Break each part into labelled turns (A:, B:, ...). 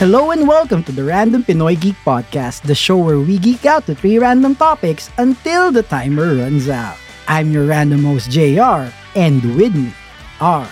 A: Hello and welcome to the Random Pinoy Geek Podcast, the show where we geek out to three random topics until the timer runs out. I'm your random host, JR, and with me are.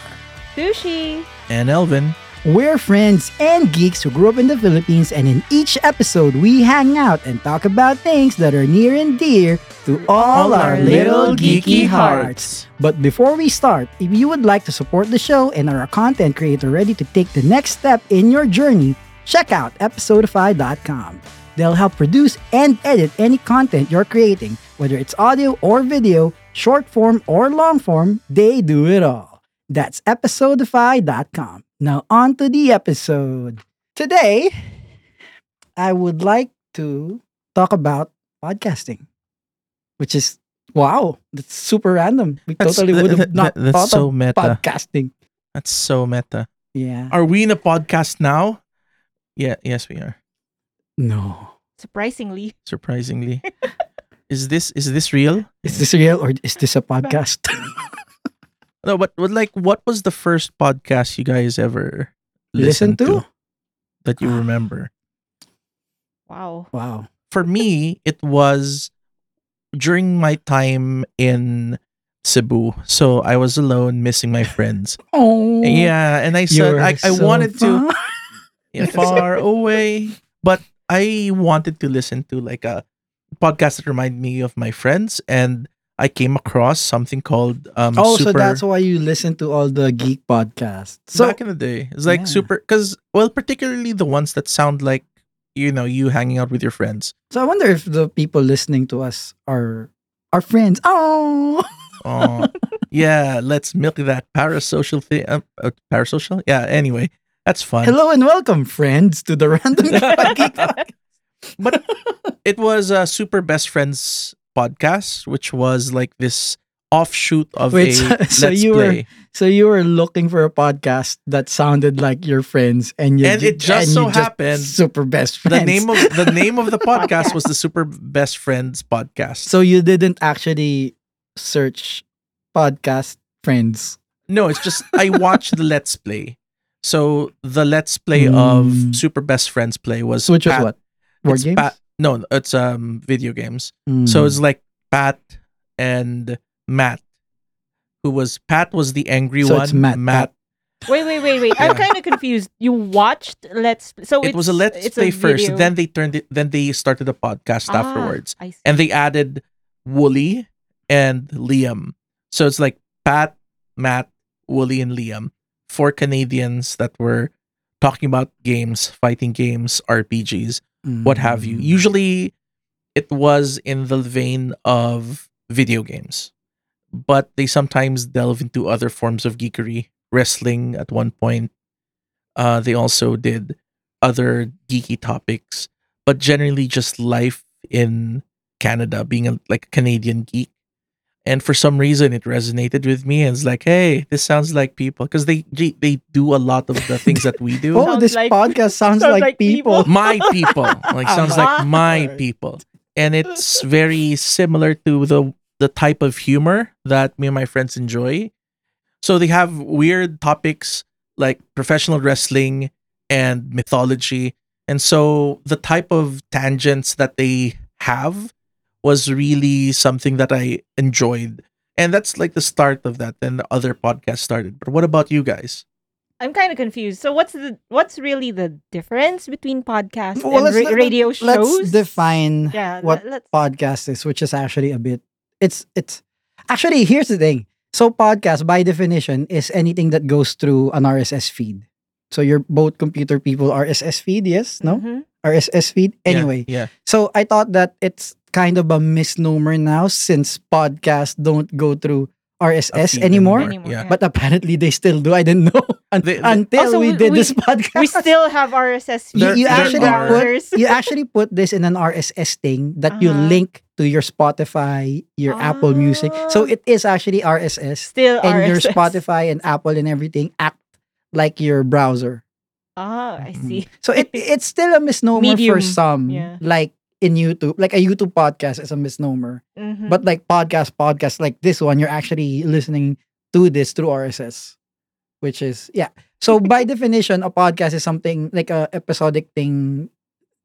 B: Sushi.
C: and Elvin.
A: We're friends and geeks who grew up in the Philippines, and in each episode, we hang out and talk about things that are near and dear to all, our little geeky hearts. But before we start, if you would like to support the show and are a content creator ready to take the next step in your journey, check out episodify.com. They'll help produce and edit any content you're creating, whether it's audio or video, short form or long form, they do it all. That's episodify.com. Now, on to the episode. Today, I would like to talk about podcasting, which is wow, that's super random. We
C: That's-
A: totally
C: that-
A: would have
C: that-
A: not
C: that- that's
A: thought
C: so
A: of
C: meta.
A: podcasting.
C: That's so meta.
A: Yeah.
C: Are we in a podcast now? Yeah, yes we are.
A: No.
B: Surprisingly.
C: Surprisingly. is this is this real?
A: Is this real or is this a podcast?
C: No, but, but like what was the first podcast you guys ever
A: Listen
C: listened
A: to?
C: that you remember?
B: Wow.
A: Wow.
C: For me, it was during my time in Cebu. So I was alone, missing my friends.
A: Oh.
C: Yeah, and I said
A: You're
C: I, I
A: so
C: wanted to
A: fun.
C: yeah, far away. But I wanted to listen to like a podcast that reminded me of my friends, and I came across something called um.
A: Oh,
C: super,
A: so that's why you listen to all the geek podcasts. So
C: back in the day. It's like
A: Yeah.
C: super because well, particularly the ones that sound like you know you hanging out with your friends.
A: So I wonder if the people listening to us are our friends. Oh,
C: Oh, yeah, let's milk that parasocial thing. Uh, uh, parasocial, yeah. Anyway, that's fun.
A: hello and welcome, friends, to the random. Geek Podcast.
C: but it was a super best friends podcast which was like this offshoot of
A: Wait,
C: a
A: so-
C: let's
A: so you were-
C: play
A: so you were looking for a podcast that sounded like your friends, and you
C: And it
A: ju-
C: just
A: and
C: so
A: you
C: happened
A: super best friends.
C: the name of the name of the podcast was the super best friends podcast
A: so you didn't actually search podcast friends.
C: no it's just i watched the let's play so the let's play
A: Mm.
C: of super best friends play was
A: So which was
C: Pat-
A: what board
C: it's
A: games.
C: Pat- no it's um video games
A: Mm.
C: so it's like pat and matt who was pat was the angry
A: So
C: one
A: it's Matt,
C: matt
B: Wait, wait, wait, wait. I'm
C: Yeah.
B: kind of confused. You watched Let's Play. So Oh,
C: it
B: it's,
C: was a let's
B: it's
C: play first
B: video.
C: then they turned it then they started a podcast
B: Ah,
C: afterwards
B: I see.
C: and they added wooly and liam so it's like pat matt wooly and liam four canadians that were talking about games fighting games rpgs what have you
A: Mm.
C: usually it was in the vein of video games but they sometimes delve into other forms of geekery wrestling at one point uh, they also did other geeky topics but generally just life in canada being a, like a canadian geek and for some reason it resonated with me and it's like hey this sounds like people because they they do a lot of the things that we do
A: Oh,
B: Sounds
A: this
B: like-
A: podcast sounds,
B: sounds
A: like,
B: like
A: people.
C: my people like sounds like my
A: Alright.
C: people and it's very similar to the the type of humor that me and my friends enjoy so they have weird topics like professional wrestling and mythology and so the type of tangents that they have was really something that i enjoyed and that's like the start of that then the other podcast started but what about you guys
B: I'm kind of confused. So what's the what's really the difference between podcasts
A: Well,
B: and
A: let's-
B: ra- radio shows?
A: Let's define
B: Yeah.
A: what
B: let- let's.
A: podcast is, which is actually a bit. It's it's actually here's the thing. So podcast by definition is anything that goes through an RSS feed. So you're both computer people RSS feed, yes, no
B: Mhm.
A: RSS feed.
C: Yeah,
A: Anyway,
C: yeah
A: so I thought that it's kind of a misnomer now since podcasts don't go through RSS
C: feed
A: anymore.
C: anymore.
B: Anymore.
C: yeah.
A: But apparently they still do. I didn't know un-
C: They- they-
A: until
B: Also,
A: we,
B: we-
A: did
B: we-
A: this podcast.
B: We still have RSS.
A: You- you
B: feeds in
A: actually
B: our
A: put-
B: browsers.
A: you actually put this in an RSS thing that you
B: Uh-huh.
A: link to your Spotify, your Apple Music. So
B: Ah.
A: it is actually RSS.
B: still
A: And your
B: RSS.
A: Spotify and Apple and everything act like your browser.
B: Ah, I see.
A: So it it's still a misnomer for
B: Medium,
A: some.
B: yeah.
A: Like in YouTube, like a YouTube podcast is a misnomer.
B: Mhm.
A: Mm-hmm. But like podcast podcasts like this one, you're actually listening to this through RSS. Which is yeah. So by definition, a podcast is something like a episodic thing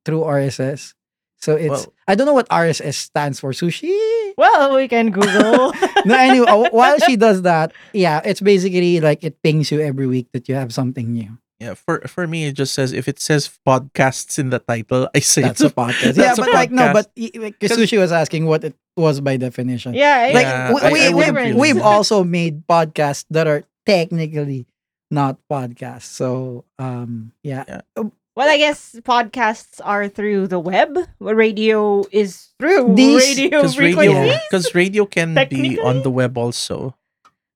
A: through RSS. So it's
C: Well-
A: I don't know what RSS stands for. Sushi.
B: Well, we can Google.
A: No, anyway, uh, while she does that, yeah, it's basically like it pings you every week that you have something new.
C: Yeah, for for me, it just says if it says podcasts in the title, I say
A: That's
C: it's
A: a podcast. yeah,
C: that's a
A: but like no,
C: podcast.
A: but y- like, 'cause Sushi was asking what it was by definition.
B: yeah,
A: like we, we,
C: Yeah, I- I
A: we've,
C: wouldn't feel
A: we've
C: it.
A: also made podcasts that are technically not podcasts so um yeah
B: Well, I guess podcasts are through the web. Radio is through
A: These-
B: radio
C: because radio
B: frequencies.
C: because radio can be on
B: Technically?
C: the web also.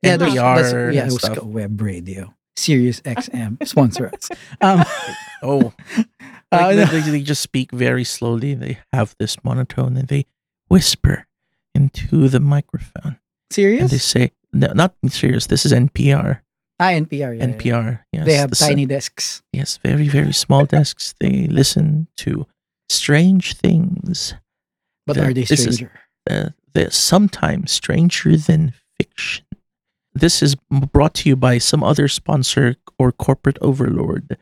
A: yeah
C: NPR
A: there's- there's- yeah
C: and
A: let's
C: stuff.
A: go web radio Sirius XM sponsor us um
C: Oh,
A: uh,
C: like,
A: no.
C: they, they just speak very slowly. They have this monotone and they whisper into the microphone and they
A: Sirius
C: say, "No, not serious. This is NPR.
A: ah NPR yeah, yeah.
C: NPR. Yes,
A: they have
C: the s-
A: tiny desks
C: Yes, very very small desks. They listen to strange things.
A: but
C: the-
A: are they
C: this is-
A: stranger
C: uh, they're sometimes stranger than fiction. This is m- brought to you by some other sponsor or corporate overlord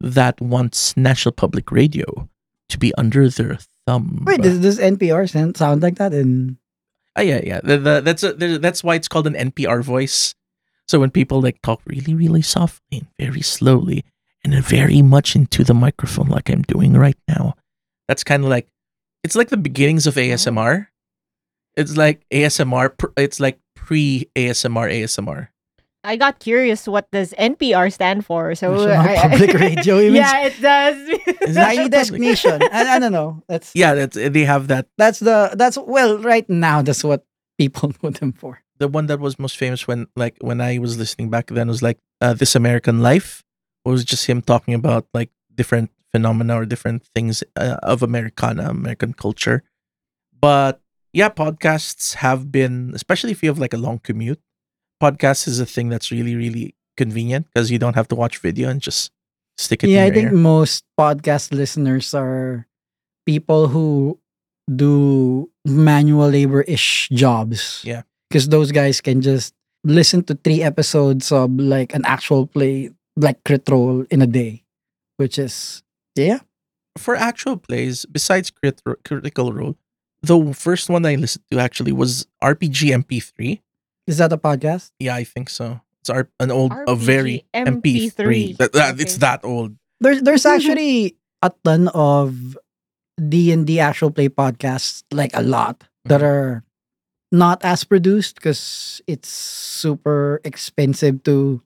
C: that wants National Public Radio to be under their thumb.
A: wait does, does NPR sound, sound like that in
C: Ah, yeah, yeah. The, the, that's a, the, that's why it's called an NPR voice. So when people like talk really, really softly and very slowly and very much into the microphone, like I'm doing right now, that's kind of like it's like the beginnings of ASMR. It's like ASMR. pr- It's like pre ASMR ASMR.
B: I got curious. What does NPR stand for? So
A: National
B: I- I-
A: Public Radio, you mean?
B: yeah, it does.
C: Is that
A: tiny
C: public?
A: desk nation I, I don't know that's
C: Yeah, that's, they have that.
A: that's the that's well right now that's what people know them for
C: The one that was most famous when like when I was listening back then was like uh, This American Life. It was just him talking about like different phenomena or different things uh, of Americana, American culture. But yeah, podcasts have been, especially if you have like a long commute, podcasts is a thing that's really, really convenient because you don't have to watch video and just stick it
A: yeah, I
C: in your
A: think
C: ear.
A: most podcast listeners are people who do manual labor ish jobs.
C: Yeah.
A: Because those guys can just listen to three episodes of like an actual play, like Crit Roll in a day, which is, yeah.
C: For actual plays, besides crit- Critical Role, the first one I listened to actually was RPG MP3.
A: Is that a podcast?
C: Yeah, I think so. It's our, an old, a
B: RPG
C: very MP3.
B: MP3.
C: That, that, It's
B: Okay.
C: that old.
A: There's, there's
B: Mhm.
A: actually a ton of D&D actual play podcasts, like a lot, that are not as produced because it's super expensive to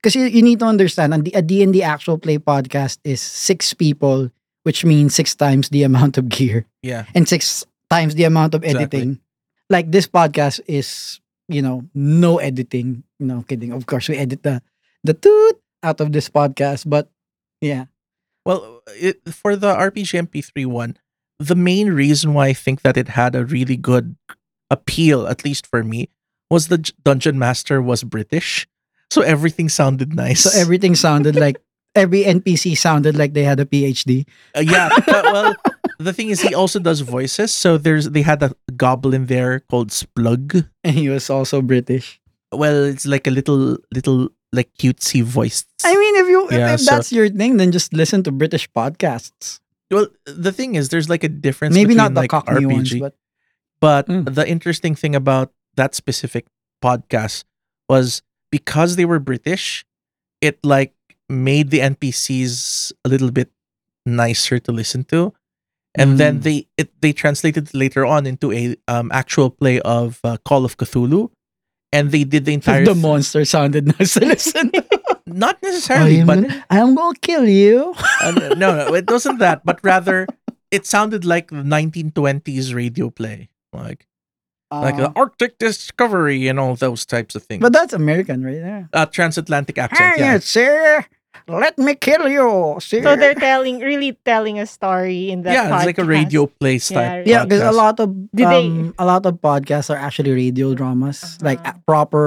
A: because you, you need to understand and the a D&D actual play podcast is six people which means six times the amount of gear
C: Yeah.
A: and six times the amount of
C: Exactly.
A: editing like this podcast is you know no editing no kidding of course we edit the the toot out of this podcast but yeah
C: Well, it, for the RPG MP3 one, the main reason why I think that it had a really good appeal, at least for me, was the J- dungeon master was British, so everything sounded nice.
A: so everything sounded like every npc sounded like they had a phd
C: Uh, yeah. but, well, the thing is, he also does voices. So there's they had a goblin there called Splug.
A: and he was also british
C: Well, it's like a little little like cutesy voice.
A: I mean, if you
C: Yeah,
A: if
C: so-
A: that's your thing, then just listen to British podcasts.
C: well, the thing is, there's like a difference.
A: Maybe not
C: between,
A: the
C: like,
A: Cockney
C: RPG.
A: ones, but
C: But
A: Mm.
C: the interesting thing about that specific podcast was because they were British, it like made the NPCs a little bit nicer to listen to. And then
A: Mm.
C: they it, they translated later on into a um, actual play of uh, Call of Cthulhu, and they did the entire
A: the
C: th-
A: monster sounded nice to listen. to.
C: not necessarily,
A: I'm
C: but
A: gonna- I'm gonna kill you.
C: uh, no, no, it wasn't that, but rather it sounded like the 1920s radio play, like like
A: Uh,
C: the Arctic Discovery and all those types of things.
A: but that's American, right there.
C: uh, transatlantic accent. yeah.
A: sir. Let me kill you, sir.
B: so they're telling, really telling a story in that.
C: yeah, it's like a radio
B: podcast.
C: play type.
A: yeah, because a
C: podcast.
A: lot of
B: Did they-
A: um, a lot of podcasts are actually radio dramas, like
B: Uh-huh.
A: uh, proper.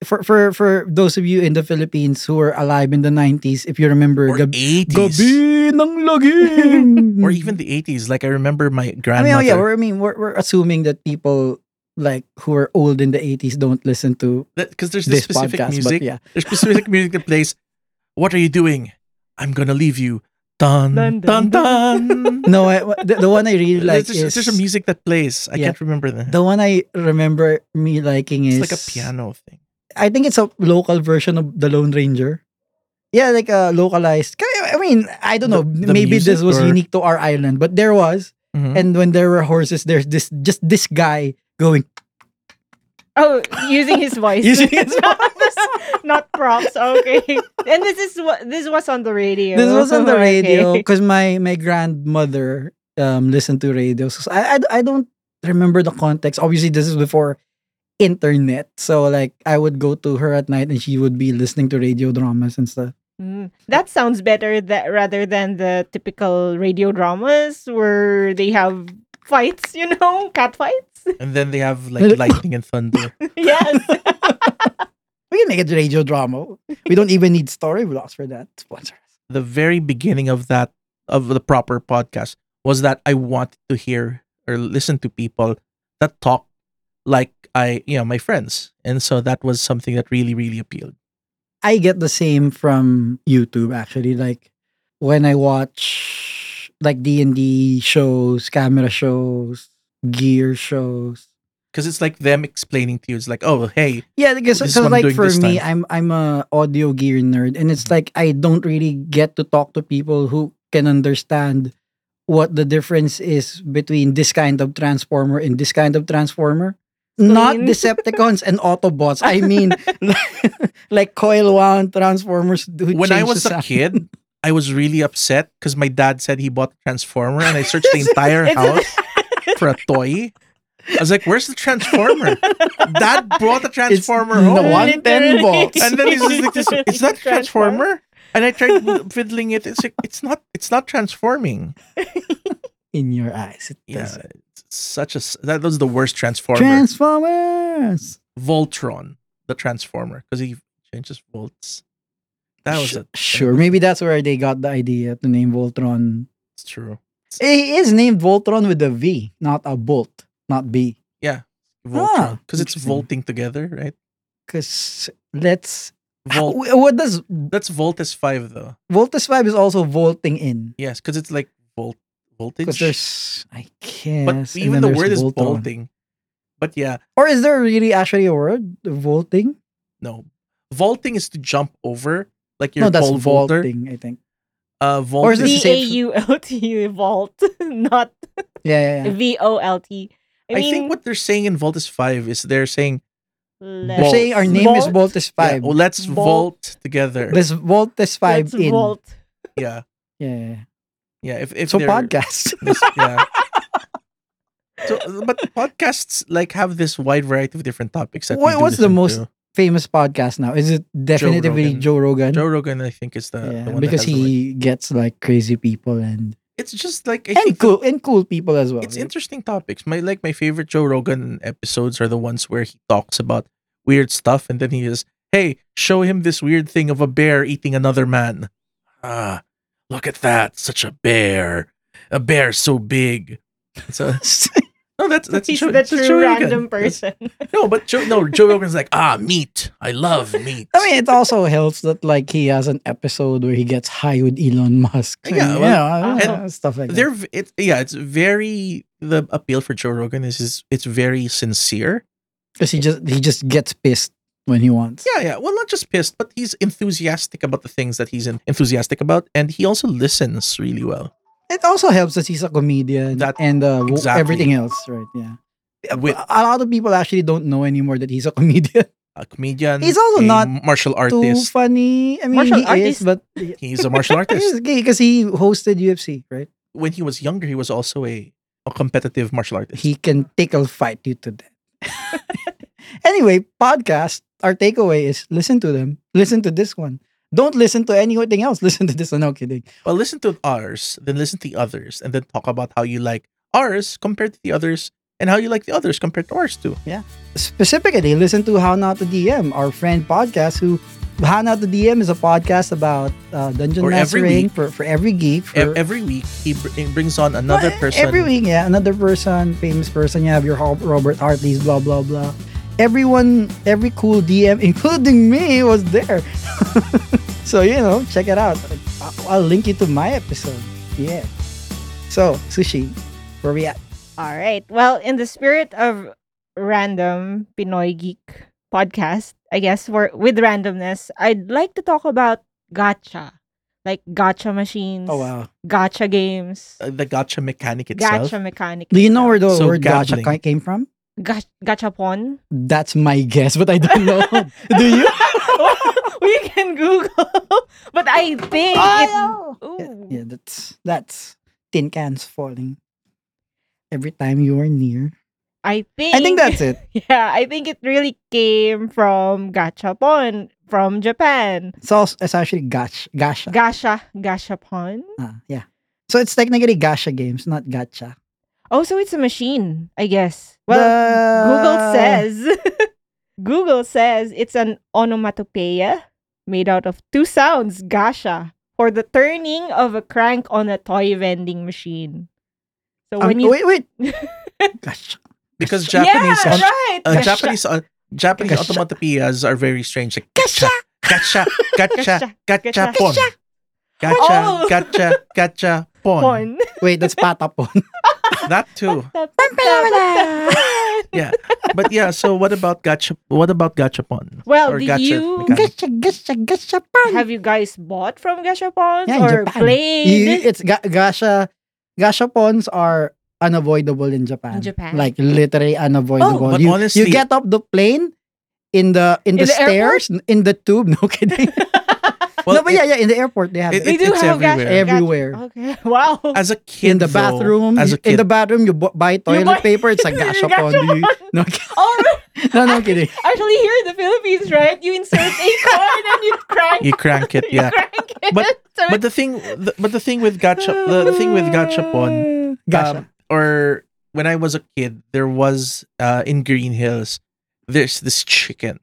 A: For, for for those of you in the Philippines who were alive in the 90s, if you remember,
C: or
A: Gab-
C: 80s
A: Gabi ng Laging.
C: or even the 80s. Like I remember my
A: I
C: grandmother.
A: mean, oh, yeah, we're, I mean, we're, we're assuming that people like who are old in the 80s don't listen to
C: because there's
A: this
C: this, specific
A: podcast,
C: music.
A: but yeah.
C: There's specific music that plays What are you doing? I'm gonna leave you. Dun
B: Dun, dun,
C: dun dun.
A: No, I, the, the one I really like
C: There's
A: is
C: just- there's a music that plays. I
A: Yeah.
C: can't remember the.
A: the one I remember me liking
C: it's
A: is
C: like a piano thing.
A: I think it's a local version of the Lone Ranger. Yeah, like a localized. I mean, I don't know.
C: The- the
A: maybe this
C: music
A: was
C: or-
A: unique to our island, but there was.
C: Mhm.
A: And when there were horses, there's this just this guy going.
B: Oh, using his voice.
A: Using his
B: voice. Not props. Okay. And this is what this was on the radio.
A: This was on the
B: Okay.
A: radio because my my grandmother um listened to radio. So I, I I don't remember the context. Obviously, this is before internet. So like I would go to her at night, and she would be listening to radio dramas and stuff.
B: Mm. That sounds better that rather than the typical radio dramas where they have fights, you know, cat fights.
C: And then they have like lightning and thunder.
B: yes.
A: We can make it radio drama. We don't even need story blocks for that. Sponsor. us.
C: The very beginning of that of the proper podcast was that I wanted to hear or listen to people that talk like I, you know, my friends. And so that was something that really, really appealed.
A: I get the same from YouTube actually. Like when I watch like D and D shows, camera shows, gear shows.
C: Because it's like them explaining to you. It's like, oh, hey,
A: Yeah, because
C: This is
A: so,
C: what I'm
A: like
C: doing
A: for
C: this
A: me,
C: time.
A: I'm I'm a audio gear nerd, and it's like I don't really get to talk to people who can understand what the difference is between this kind of transformer and this kind of transformer. Not
B: Clean.
A: Decepticons and Autobots. I mean, like, like coil wound transformers. Who
C: when I
A: change
C: was
A: the
C: a
A: sound.
C: kid, I was really upset because my dad said he bought a transformer, and I searched the entire
B: It's a-
C: house for a toy. I was like, "Where's the transformer?" dad brought the
A: it's
C: transformer
A: the
C: home,
A: one ten
B: Literally.
A: volts.
C: and then he's just like, this, "It's not a
B: Transformer.
C: transformer." And I tried fiddling it. It's like, it's not. It's not transforming.
A: in your eyes. It
C: Yeah,
A: does.
C: it's such a s- that was the worst transformer.
A: Transformers.
C: Voltron, the transformer, because he changes volts. That was
A: Sh-
C: a
A: sure. Maybe that's where they got the idea to name Voltron
C: It's true.
A: He is named Voltron with a V, not a bolt, not B. Ah,
C: Voltron, because it's
A: interesting.
C: volting together, right?
A: Because let's.
C: Volt.
A: Wh- What does
C: That's volt is five though.
A: Voltus Five is also volting in?
C: Yes, because it's like volt voltage.
A: Because there's, I guess,
C: but
A: and
C: even
A: then
C: the
A: there's
C: word is
A: Voltron.
C: bolting. But yeah,
A: Or is there really actually a word volting?
C: no. Vaulting is to jump over, like your
A: no, that's
C: pole vaulter.
A: vaulting. I think.
C: Uh,
A: Or is this
C: vaulting.
A: the
B: V
A: same
B: A U L T vault, not
A: Yeah, yeah, yeah.
B: V O L T. I
C: I,
B: mean,
C: think what they're saying in volt is five is they're saying
B: let's-
A: They're
C: Vault.
A: saying our name is
B: Vault?
A: Voltus
C: yeah,
A: Five.
C: well, let's
B: Vault.
C: vault, together.
A: This Voltus Five
B: let's
A: in.
B: vault.
C: yeah,
A: Yeah, yeah. yeah.
C: yeah. If if
A: So
C: they're-
A: podcast.
C: this- yeah. So, but podcasts like have this wide variety of different topics. That we
A: What-
C: do
A: what's the
C: listen
A: most
C: to.
A: famous podcast now? Is it definitively
C: Rogan.
A: Joe Rogan?
C: Joe Rogan? I think is the, the
A: yeah,
C: one that
A: because
C: has the wide-
A: he gets like crazy people and
C: It's just like I
A: and
C: think the-
A: cool and cool people as well.
C: it's interesting topics. My like my favorite Joe Rogan episodes are the ones where he talks about weird stuff and then he is, hey, show him this weird thing of a bear eating another man. Ah, look at that. Such a bear. A bear so big. So no, that's that's
B: He's
C: Joe,
B: the
C: that's Joe
B: true
C: Rogan.
B: random
C: That's-
B: person.
C: No, but Joe no, Joe Rogan's like, ah, meat. I love meat.
A: I mean, it also helps that like he has an episode where he gets high with Elon Musk. and,
C: Yeah,
A: you
B: well,
A: know,
B: and
A: uh, stuff like
C: they're
A: that.
C: v- it, yeah, it's very the appeal for Joe Rogan is, is it's very sincere.
A: Because he just he just gets pissed when he wants.
C: Yeah, yeah. Well, not just pissed, but he's enthusiastic about the things that he's en- enthusiastic about, and he also listens really well.
A: It also helps that he's a comedian
C: That-
A: and uh, w-
C: exactly.
A: everything else, right? Yeah.
C: With
A: A lot of people actually don't know anymore that he's a comedian.
C: a comedian,
A: He's also
C: a
A: not
C: martial
A: Too
C: artist.
A: funny. I mean,
B: Martial
A: he
B: artist.
A: is, but
C: He's a martial artist.
A: he's gay because he hosted UFC, right?
C: When he was younger, he was also a, a competitive martial artist.
A: he can tickle fight you to death. anyway, podcast, our takeaway is listen to them. Listen to this one. Don't listen to anything else. Listen to this one. No kidding.
C: well, listen to ours, then listen to the others, and then talk about how you like ours compared to the others, and how you like the others compared to ours too. E-,
A: Specifically, listen to How Not to DM, our friend podcast who How Not to DM is a podcast about uh, dungeon
C: For every
A: mastering
C: week.
A: for, for every geek. For,
C: E- every week, he, br- he brings on another
A: Well,
C: person.
A: Every week, yeah, another person, famous person. You have your Ho- Robert Hartley's, blah blah blah. Everyone, every cool DM, including me, was there. so you know, check it out. I- I'll link you to my episode. Yeah. So sushi, where we at?
B: All right. Well, in the spirit of random Pinoy geek podcast, I guess for with randomness, I'd like to talk about gacha, like gacha machines,
A: Oh wow.
B: gacha games,
C: Uh, the gotcha mechanic itself.
B: gacha mechanics.
A: Do you know where the
C: So
A: word gacha
C: gambling.
A: ki- came from?
B: Gacha, gacha pon?
A: That's my guess, but I don't know. Do you?
B: we can Google, but I think it.
A: Yeah,
B: Ooh.
A: yeah, that's that's tin cans falling every time you are near.
B: I think.
A: I think that's it.
B: Yeah, I think it really came from gachapon from Japan.
A: It's also it's actually gacha. Gacha.
B: Gasha, gachapon.
A: Ah, yeah. So it's technically gacha games, not gacha.
B: Oh, so it's a machine, I guess. Well, Google says Google says it's an onomatopoeia made out of two sounds, gasha, for the turning of a crank on a toy vending machine. So
A: Um,
B: when you
A: wait, wait. gacha.
C: because
B: Yeah,
C: Japanese on-
B: right.
C: uh,
B: Gasha.
C: Japanese uh, Japanese
A: Gacha.
C: automatopoeias are very strange. Like gacha, gacha, gacha, gacha,
B: Gacha.
C: pon,
B: Oh.
C: gacha, gacha, gacha, pon.
B: Pon.
A: Wait, that's patapon.
C: That too.
B: Pampalawala.
C: Yeah, but yeah. So what about gacha? What about gachapon?
B: Well,
C: Or
B: did
C: gacha
B: you
C: mechanic?
A: gacha, gacha, gacha pon.
B: have you guys bought from gashapons
A: Yeah, in
B: or
A: Japan.
B: played?
A: You- it's ga- gacha. Gashapons are unavoidable in Japan.
B: In Japan?
A: like literally unavoidable.
C: Oh, but
A: you,
C: honestly-
A: you get up the plane in the in the,
B: In the airport?
A: stairs in the tube. No kidding.
C: Well,
A: no, but yeah, yeah, in the airport they have it,
C: it-
B: They do
C: it's
B: have gacha.
C: everywhere.
A: everywhere.
B: Okay. Wow.
C: as a
A: in
C: kid
A: the
C: though,
A: bathroom,
C: as
A: you-
C: a
A: in
C: kid,
A: the bathroom, you bu- buy toilet
B: buy-
A: paper. It's a gashapon. You- no, kid-
B: Oh,
A: no, no kidding.
B: actually, here in the Philippines, right? You insert a coin and you crank.
C: you crank it. Yeah,
B: You crank it.
C: But-
B: so
C: but the thing, the, but the thing with gacha, the, the thing with gachapon
A: Gacha.
C: Um, or when I was a kid, there was uh, in Green Hills, there's this chicken.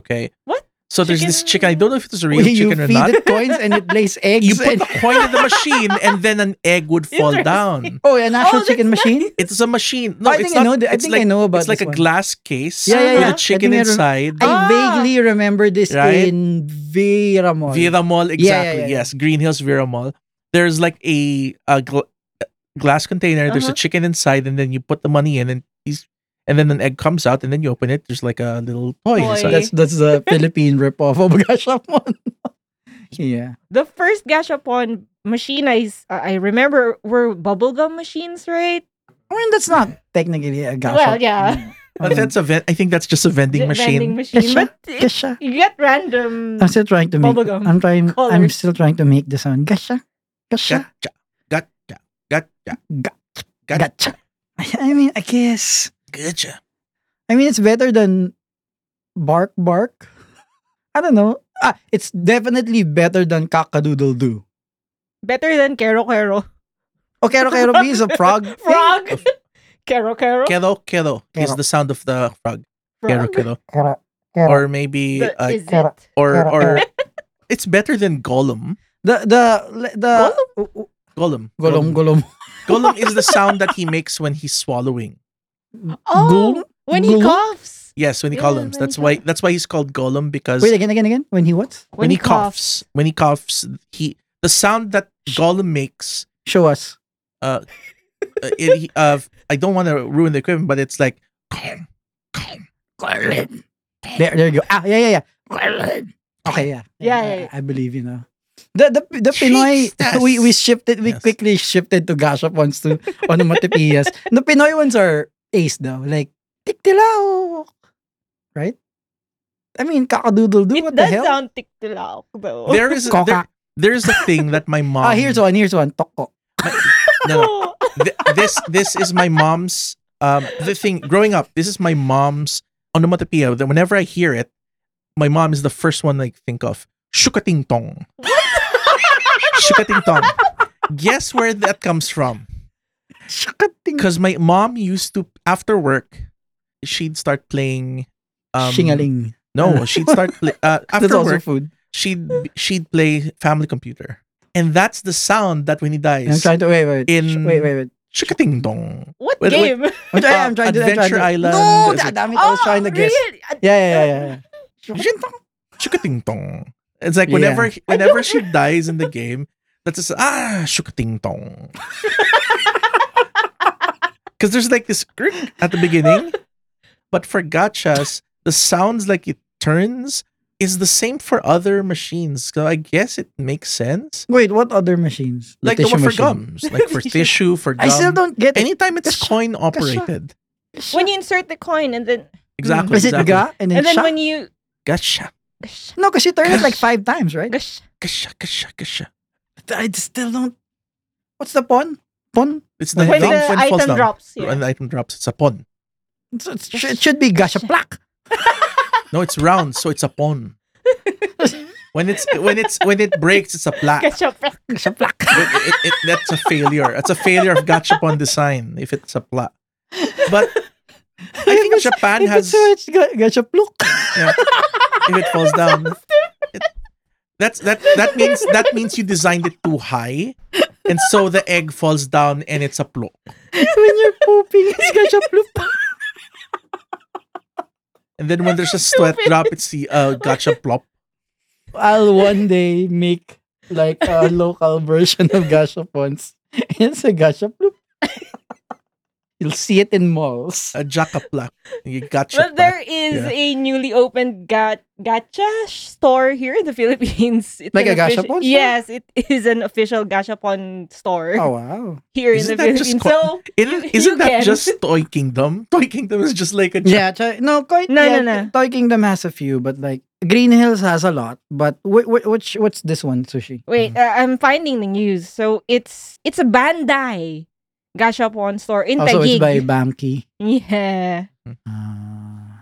C: Okay.
B: What?
C: So there's this chicken. I don't know if it was a
A: Where
C: real
A: you
C: chicken or
A: feed
C: not.
A: it coins and it lays eggs.
C: You put
A: and-
C: a coin in the machine and then an egg would fall
B: Interesting.
C: down.
A: oh, an actual
B: Oh,
A: chicken
B: that's
A: machine.
C: It's a machine. No,
A: I
C: it's
A: think
C: not,
A: I know. the- I
C: it's
A: think I
C: like,
A: know about
C: it's like
A: this
C: a
A: one.
C: glass case
A: Yeah, yeah,
C: with
A: yeah.
C: a
A: I
C: chicken
A: think I rem-
C: inside.
A: I
B: Ah.
A: vaguely remember this
C: Right?
A: in Vera Mall.
C: Vera Mall, exactly.
A: yeah, yeah.
C: Yes, Green Hills Vera Mall. There's like a, a gl- glass container. There's a
B: Uh-huh.
C: chicken inside, and then you put the money in, and he's, and then an egg comes out, and then you open it. There's like a little toy,
B: Toy.
C: inside.
A: That's that's the Philippine ripoff of Gashapon. yeah.
B: the first gashapon machine I, s- I remember were bubblegum machines, right?
A: I mean, that's not technically a Gashapon.
B: Well, yeah.
A: I
C: But
A: mean,
C: that's a ven- I think that's just a vending
B: The
C: machine.
B: Vending machine.
A: Gasha.
B: But it-
A: Gasha.
B: you get random.
A: I'm still trying to make.
B: Bubblegum
A: I'm trying. I'm
B: colours.
A: still trying to make the sound. Gasha. Gasha.
C: Gotcha, gotcha, gotcha, Ga-
A: Gacha. I mean, I guess.
C: gotcha.
A: I mean, it's better than bark bark. I don't know. Ah, it's definitely better than cockadoodle doo.
B: Better than Kero Kero.
A: Oh, kero kero bee is a frog. thing.
B: Frog. Kero Kero.
C: Kedo, kedo is
A: Kedo.
C: the sound of the frog. Kedo,
B: Frog.
C: kedo.
A: Kero, kero.
C: Or maybe
B: The-
C: uh,
B: is it?
A: Kero.
C: or
A: Kedo,
C: or it's better than Gollum.
A: The the the
C: Gollum.
A: golom golom.
C: Gollum is the sound that he makes when he's swallowing.
B: Oh,
A: Gollum?
B: when he
A: Gollum?
B: coughs.
C: Yes, when he
B: Yeah, when
C: columns.
B: he
C: That's why
B: coughs.
C: that's why he's called Gollum because
A: Wait again, again, again. When he what?
B: When,
C: when he coughs, when he coughs, he the sound that Gollum makes.
A: Show us.
C: Uh, it, he- uh, I don't want to ruin the equipment, but it's like "Gollum, Gollum."
A: There, there you go. Ah, yeah, yeah, yeah. Okay, yeah.
B: Yeah, yeah, yeah.
A: I, I believe you know. The the the Pinoy
C: Jesus.
A: we we shifted we
C: Yes.
A: quickly shifted to gashap ones to onomatopoeias. the Pinoy ones are ace though, like tiktilao, right? I mean, cockadoodle doo.
B: It
A: What the
B: does
A: hell?
B: sound tiktilak though.
C: There is
A: Coca.
C: there, there's a thing that my mom.
A: ah, here's one. Here's one. Toko.
C: No, no. Th- this this is my mom's um the thing growing up this is my mom's onomatopoeia that whenever i hear it my mom is the first one i think of shukating tong shukating tong guess where that comes from
A: Shakating.
C: because my mom used to after work she'd start playing um
A: Shingaling.
C: no she'd start play, uh,
A: That's
C: after
A: also
C: work
A: food.
C: she'd she'd play family computer and that's the sound that when he
A: I'm
C: dies
A: trying to wait, wait,
C: in-
A: wait, wait, wait.
C: shukating tong
B: what
C: Wait, wait.
B: game?
A: I'm trying, I'm
C: Uh,
A: trying to I'm
C: Adventure
A: trying to-
C: Island.
A: No,
C: Is
A: da-
B: Oh, Uh,
C: it-
A: damn it! I was trying to guess.
B: really?
A: Yeah, yeah, yeah, yeah. yeah.
C: Shukating tong. It's like whenever whenever she dies in the game, that's just ah shukating tong. Because there's like this grrrk at the beginning, but for gachas, the sounds like it turns is the same for other machines. So I guess it makes sense.
A: Wait, what other machines?
C: Like the,
A: tissue
C: one for
A: machine.
C: gums, like for tissue, for gum.
A: I still don't get it.
C: Anytime it's
A: Kasha,
C: coin operated,
B: When you insert the coin and then
C: exactly.
A: Is it
C: exactly.
A: ga and then,
B: and then
A: sha?
B: when you
C: Gacha,
B: gosh,
A: No, because she turned it like five times, right?
B: gosh,
C: gacha, gacha, gacha.
A: I still don't. What's the pun? Pun?
C: It's the
B: when
C: thing
B: the
C: when it falls
B: item
C: down.
B: drops,
C: When
B: yeah.
C: the item drops, it's a pawn.
A: It's, it's, it should be gasha plak.
C: No, it's round, so it's a pawn. When it's when it's when it breaks, it's a plat.
B: Gosh, oh, fuck.
A: Gasha plak.
C: It- it- it- that's a failure. That's a failure of gachapon design if it's a plat. But I think Japan has if
A: so much gasha pluk.
C: it falls down. It, that's that that means that means you designed it too high. And so the egg falls down and it's a plo.
A: when you're pooping, it's gasha pluk.
C: And then when there's a sweat drop, it's the uh, gacha plop.
A: I'll one day make like a local version of gashapons. It's a gashaploop. You'll see it in malls.
C: A jakaplak. You gacha.
B: Well, there is
C: Yeah.
B: a newly opened ga- gacha store here in the Philippines. It's
A: Like a
B: an offici-
A: gashapon store?
B: Yes, it is an official gachapon store
A: Oh wow!
B: here in
C: Isn't
B: the
C: that just
B: Philippines.
C: co-
B: so
C: Isn't,
B: you-
C: isn't
B: you
C: that
B: can.
C: just Toy Kingdom? Toy Kingdom is just like a
A: Yeah,
C: ja-
A: Chi- no, quite,
B: No,
A: yeah,
B: no, no.
A: Toy Kingdom has a few, but like Green Hills has a lot. But wh- wh- which what's this one, sushi?
B: wait, uh, I'm finding the news. So it's it's a Bandai gachapon store in
A: Also, Oh, it's
B: Taguig.
A: by Bamki.
B: yeah,
A: Uh,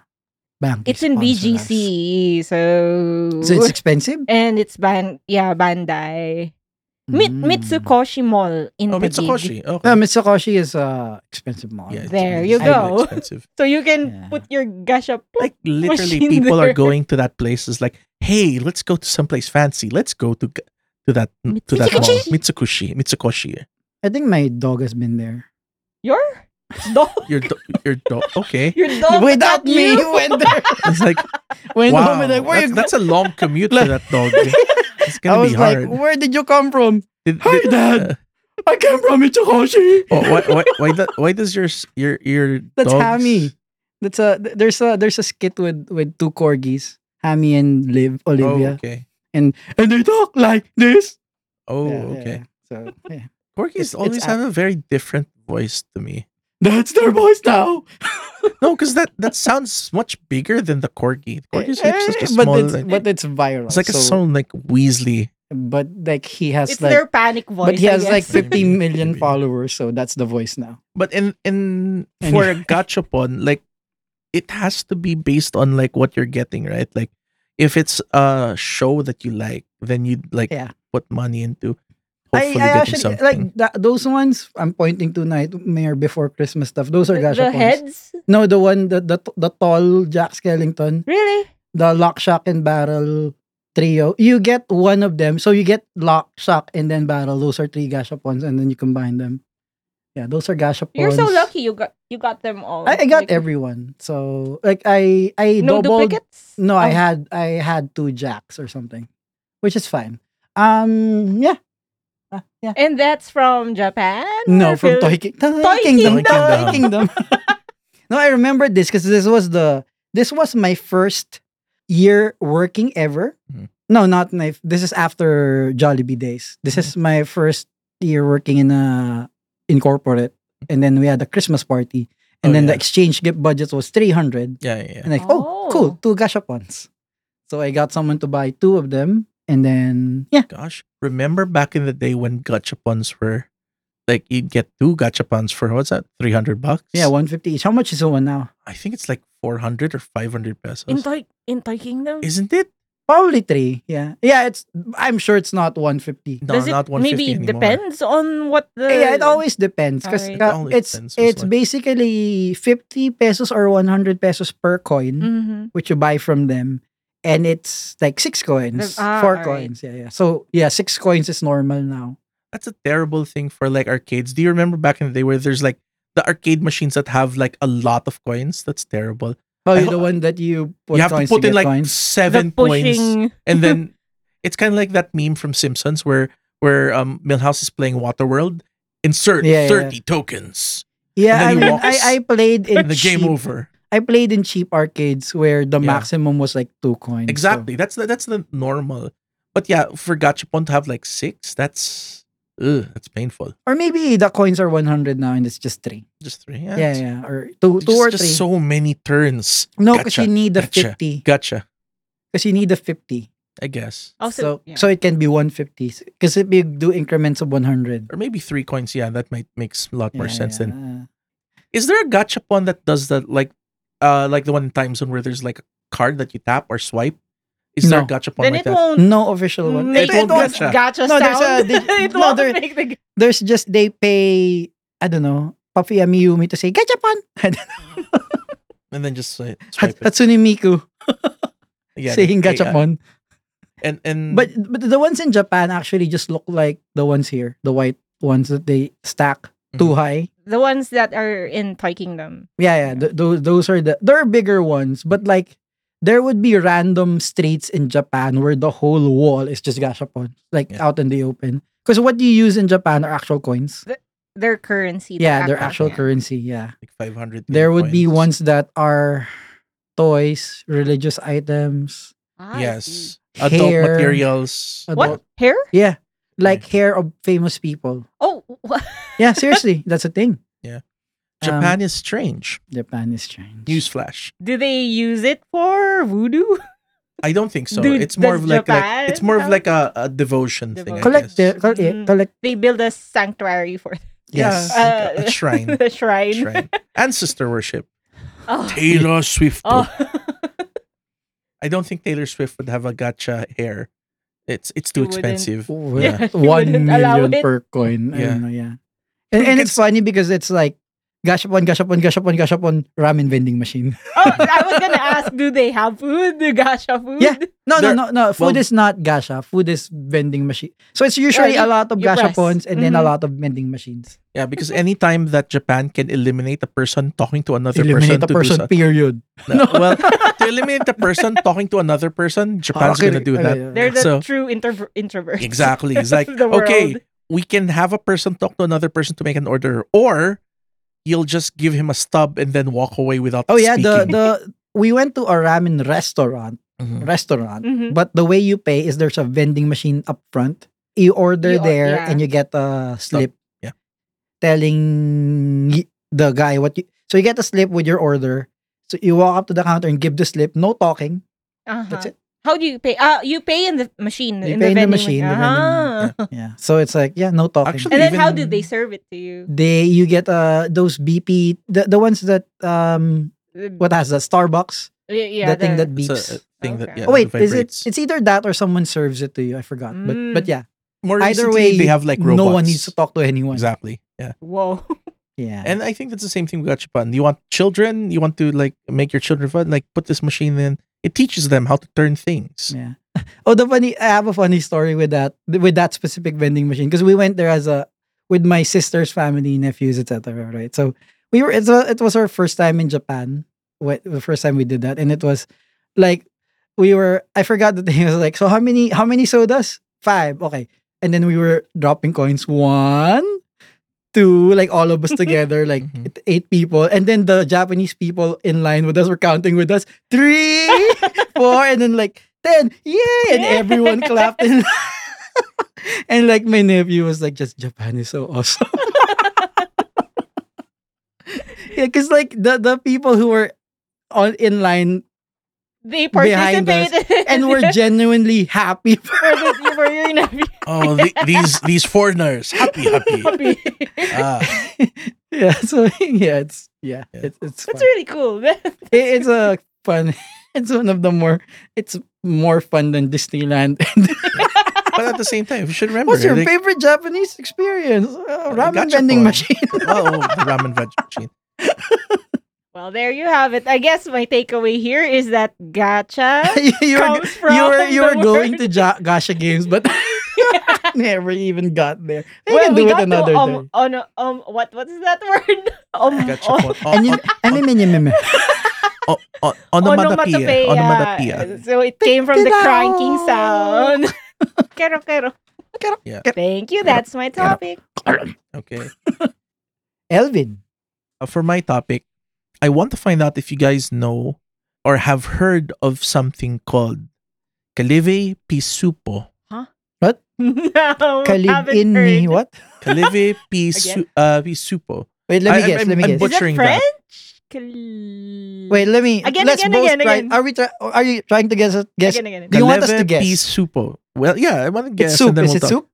A: Bamki.
B: it's in
A: sponsor us.
B: BGC. So,
A: So it's expensive.
B: and it's ban yeah Bandai Mi-
A: Mm.
B: Mitsukoshi Mall in
C: Oh,
B: Taguig.
C: Mitsukoshi. Okay.
A: Uh, Mitsukoshi is uh expensive mall.
C: Yeah, it's
B: There
C: really-
B: you
C: it's really
B: go.
C: expensive.
B: So you can
A: Yeah.
B: put your gashapon.
C: Like literally,
B: Machine
C: people are
B: there.
C: going to that place. It's like, hey, let's go to someplace fancy. Let's go to g- to that to that mall. Mitsukoshi, Mitsukoshi.
A: I think my dog has been there.
B: Your dog.
C: Your do- your do- okay.
B: Your dog.
A: Without
B: not
A: me,
B: Oh, you.
A: you went there.
C: It's like
A: Went
C: wow,
A: home and like, where
C: that's,
A: you
C: that's a long commute for
A: Like-
C: that dog. It's
A: I
C: gonna
A: was
C: be hard.
A: like, where did you come from?
C: Did-
A: "Hi,
C: did-
A: Dad."
C: uh,
A: I came from Mitsukoshi.
C: oh, why, why, why, do- why does your s- your your
A: That's
C: dog's-
A: Hammy. That's a th- there's a there's a skit with with two corgis, Hammy and Liv
C: Oh,
A: Olivia,
C: okay.
A: and they talk like this.
C: Oh,
A: Yeah, yeah,
C: okay.
A: yeah. So yeah.
C: Corgis
A: It's- it's
C: always
A: a-
C: have a very different voice to me.
A: that's their voice now.
C: No, because that that sounds much bigger than the corgi. The corgi's like such a
A: Eh, but
C: small.
A: it's
C: like-
A: but it's viral.
C: It's like a
A: so-
C: sound like Weasley.
A: But like he has
B: It's
A: like.
B: their panic voice.
A: but he
B: I
A: has like
B: guess.
A: 50
C: Maybe,
A: million
C: maybe.
A: followers, so that's the voice now.
C: But in in
A: And-
C: for a gachapon, like it has to be based on like what you're getting, right? Like if it's a show that you like, then you like
A: Yeah.
C: put money into
A: I,
C: hopefully
A: I
C: getting
A: actually
C: something.
A: like tha- those ones I'm pointing to night mayor before Christmas stuff. Those are
B: the
A: gashapons.
B: heads.
A: No, the one the the, the tall Jack Skellington.
B: Really?
A: the lock shock and barrel trio you get one of them so you get lock shock and then barrel those are three gashapons and then you combine them yeah those are gashapons
B: You're so lucky. You got you got them all.
A: i, I got
B: Like,
A: everyone so like i i
B: No
A: doubled
B: duplicates.
A: no i
B: Oh.
A: had i had two jacks or something which is fine um yeah Ah, yeah
B: And that's from Japan.
A: no
B: or
A: from
B: Phil-
A: Toy, King- Toy,
B: Toy
A: Kingdom,
C: Kingdom.
A: Toy Kingdom. no i remember this because this was the this was my first year working ever
C: Mhm.
A: no not my f- this is after jollibee days this is my first year working in a incorporate and then we had a christmas party and
C: Oh,
A: then the
C: yeah.
A: exchange gift budget was 300
C: yeah, yeah, yeah.
A: and like oh, cool
B: Oh.
A: two gashapons so i got someone to buy two of them and then yeah
C: Gosh, remember back in the day when gachapons were like you'd get two gachapons for what's that? Three hundred bucks.
A: yeah 150 each how much is the one now
C: I think it's like four hundred or five hundred pesos.
B: In Toy in Toy Kingdom.
C: Isn't it?
A: Probably three. Yeah. Yeah, it's I'm sure it's not 150.
C: No,
B: Does it
C: not one fifty
B: maybe
C: anymore.
B: depends on what the
A: yeah, it always depends cuz
B: Alright.
C: It all
A: it's
C: depends, most
A: it's
C: likely.
A: basically 50 pesos or 100 pesos per coin
C: Mm.
B: Mhm.
A: which you buy from them and it's like six coins,
B: Ah,
A: four
B: alright.
A: coins. Yeah, yeah. So, yeah, six coins is normal now.
C: that's a terrible thing for like arcades. Do you remember back in the day where there's like the arcade machines that have like a lot of coins? That's terrible.
A: Oh,
C: I
A: you the
C: ho-
A: one that you put
C: you have to
A: coins
C: put
A: to
C: in
A: get
C: like
A: coins.
C: seven
B: the pushing.
C: coins, and then It's kind of like that meme from Simpsons where where um Milhouse is playing Waterworld. Insert
A: Yeah, yeah.
C: 30 tokens.
A: Yeah,
C: And then
A: I,
C: he
A: mean,
C: walks.
A: I, I played in
C: And the game
A: cheap-
C: over.
A: I played in cheap arcades where the
C: Yeah.
A: maximum was like two coins. Mm, so-
C: Exactly. That's the, that's the normal. But yeah, for Gachapon to have like six, that's ugh, that's painful.
A: Or maybe the coins are 100 now and it's just three.
C: Just three. Yeah.
A: Yeah,
C: it's-
A: yeah. Or two,
C: Just,
A: two or
C: just
A: three.
C: so many turns.
A: no, because
C: gotcha,
A: you need the
C: gotcha.
A: 50.
C: Gotcha.
A: Because you need the 50.
C: I guess.
B: Oh,
A: so, so it can be 150. Because if you do increments of 100.
C: Or maybe three coins. Yeah, that might makes a lot more
A: Yeah,
C: sense than
A: yeah.
C: Is there a gachapon that does that like uh like the one in Time Zone where there's like a card that you tap or swipe? Is there a
A: No.
C: gachapon
B: then
C: like
B: it
C: that?
B: won't
A: No official one.
B: make
C: It won't
B: the
C: gacha.
B: gacha
A: No, there's a-
B: sound.
A: they-
B: it
A: no,
B: won't
A: there-
B: make the
A: There's just they pay, I don't know, Papuya Miyumi to say, Gachapon! I don't know.
C: And then just swi- swipe it.
A: Hatsune Miku
C: Yeah,
A: saying
C: they- yeah.
A: Gachapon.
C: And and
A: But but the ones in Japan actually just look like the ones here, the white ones that they stack too
C: Mhm.
A: high.
B: the ones that are in Toy Kingdom.
A: Yeah, yeah. Th- those those are the they're bigger ones, but like there would be random streets in Japan where the whole wall is just gashapon, like
C: Yeah.
A: out in the open. Because what you use in Japan are actual coins.
B: Their currency.
A: Yeah,
B: their
A: they're actual
B: currency.
A: currency. Yeah,
C: like five hundred.
A: there would be ones that are toys, religious items.
B: Ah, I see.
C: Yes. Adult
A: Hair.
C: materials.
A: Adult-
B: What hair?
A: Yeah, like hair of famous people.
B: Oh, what?
A: Yeah, seriously, that's a thing.
C: Yeah.
A: Um,
C: Japan is strange.
A: Japan is strange.
C: Newsflash.
B: do they use it for voodoo?
C: I don't think so.
B: Dude,
C: it's more
B: does
C: of like, like it's
B: Japan
C: more of
B: have-
C: like a, a devotion,
B: Devotion.
C: thing. I
A: Collect,
C: guess. Mm.
A: the, col- yeah,
B: Mm.
A: collect.
B: They build a sanctuary for
A: Yes.
C: Yeah,
B: Uh,
C: like a- a
A: Hmm.
C: shrine.
B: the shrine.
C: shrine. Ancestor worship.
B: Oh.
C: Taylor Swift.
B: Oh.
C: I don't think Taylor Swift would have a gacha hair. It's it's too
B: She wouldn't.
C: expensive.
A: Oh,
C: Yeah.
A: yeah.
B: You
A: One
B: wouldn't allow
A: million
B: it.
A: per coin. I
C: Yeah.
A: don't know, yeah. And, and
C: you can
A: it's funny because it's like gashapon, gashapon, gashapon, gashapon ramen vending machine.
B: Oh, I was gonna ask, do they have food? The gacha food?
A: Yeah. No,
C: There-
A: no, no, no. Food
C: well-
A: is not gasha. Food is vending machine. So it's usually
B: you-
A: a lot of
B: you press.
A: gashapons and then a
B: Mhm.
A: lot of vending machines.
C: Yeah, because anytime that Japan can eliminate a person talking to another
A: Eliminate a
C: person,
A: person,
C: to do
A: period.
C: so- no, well, to eliminate a person talking to another person, Japan's
A: Okay,
C: gonna do
A: okay,
C: that.
A: yeah.
B: They're the
C: So-
B: true introver- introverts.
C: Exactly. It's like
B: of the
C: okay,
B: world.
C: we can have a person talk to another person to make an order, or you'll just give him a stub and then walk away without.
A: Oh yeah, the,
C: speaking.
A: the we went to a ramen restaurant.
C: Mhm.
A: Restaurant.
B: Mhm.
A: But the way you pay is there's a vending machine up front. You order
B: You or-
A: there
B: yeah.
A: and you get a slip.
C: yeah.
A: Telling y- the guy what you so you get a slip with your order. So you walk up to the counter and give the slip, no talking.
B: Uh-huh.
A: That's it.
B: How do you pay? Uh, you pay in the machine.
A: You
B: in
A: pay in the
B: the vending
A: machine, the vending
B: Uh-huh.
A: Yeah. So it's like, yeah, no talking.
C: Actually-
B: And then how do
C: Even-
B: they serve it to you?
A: they you get uh those BP the, the ones that um
B: The-
A: what has that Starbucks
B: y- yeah,
A: the thing
B: the-
A: that
C: It's
A: beeps.
C: a, a thing that
B: Okay.
C: uh, yeah.
A: oh wait,
C: that
A: is it?
C: vibrates.
A: It's either that or someone serves it to you. I forgot. But but
B: Mm.
A: yeah,
C: More
A: either
C: recently,
A: way,
C: they have like robots.
A: no one needs to talk to anyone.
C: Exactly. Yeah.
B: whoa.
A: Yeah.
C: And I think that's the same thing with Gachapan. You want children, you want to like make your children fun, like put this machine in. It teaches them how to turn things.
A: Yeah. Oh, the funny. I have a funny story with that with that specific vending machine because we went there as a with my sister's family, nephews, etc. Right. So we were. It's a, it was our first time in Japan. What the first time we did that, and it was like we were. I forgot the thing. It was like so. How many? How many sodas? Five. Okay. And then we were dropping coins. One, two. Like all of us together. Like
C: Mhm.
A: it- eight people. And then the Japanese people in line with us were counting with us. Three four, and then like ten, yay! And everyone clapped and and like my nephew was like, just Japan is so awesome. yeah, because like the the people who were on in line
B: They
A: Behind us.
B: participate
A: and were genuinely happy.
B: for, the, for your nephew.
C: Oh, the, these these foreigners, happy, happy. Ah,
A: yeah, so yeah, it's yeah,
C: Yeah.
A: it's it's fun.
B: That's really cool.
A: It- it's a fun. It's one of the more. It's more fun than Disneyland.
C: but at the same time, you should remember.
A: What's your
C: like,
A: favorite Japanese experience? Uh, ramen
C: gachapon.
A: vending machine.
C: oh, the ramen veg machine.
B: Well, there you have it. I guess my takeaway here is that gacha
A: you, you were,
B: comes from
A: you were you
B: the
A: were going to
B: word-
A: ja- Gasha games, but never even got there. We
B: well,
A: can
B: we
A: do it
B: got to,
A: another
B: um,
A: day.
B: on a- um what what is that word? Um, on-
C: Gachapon.
A: Oh, And you, I mean, I mean, I mean,
C: O- o- onomatopoeia. Onomatopoeia.
B: So it came from the cranking sound. Kero, kero.
C: Yeah.
B: Thank you. That's my topic.
C: Okay.
A: Elvin.
C: Uh, for my topic, I want to find out if you guys know or have heard of something called Calive Pisupo.
B: no,
A: Kalib
B: haven't
A: in me.
B: heard.
A: What?
C: Calive Pisu- uh, Pisupo.
A: Wait, let me
C: I-
A: guess.
C: I'm-
A: let me guess.
C: I'm
B: Is it
C: Butchering that.
B: French? Kal-
A: Wait, let me.
B: Again,
A: let's
B: again,
A: both
B: again,
A: try.
B: again.
A: Are we try, Are you trying to guess? it? Guess.
B: Again, again.
A: Do you want us to
C: Kaleve
A: guess?
C: Pisupo. Well, yeah, I want to guess.
A: it's soup.
C: and then
A: Is
C: we'll
A: it
C: talk.
A: soup?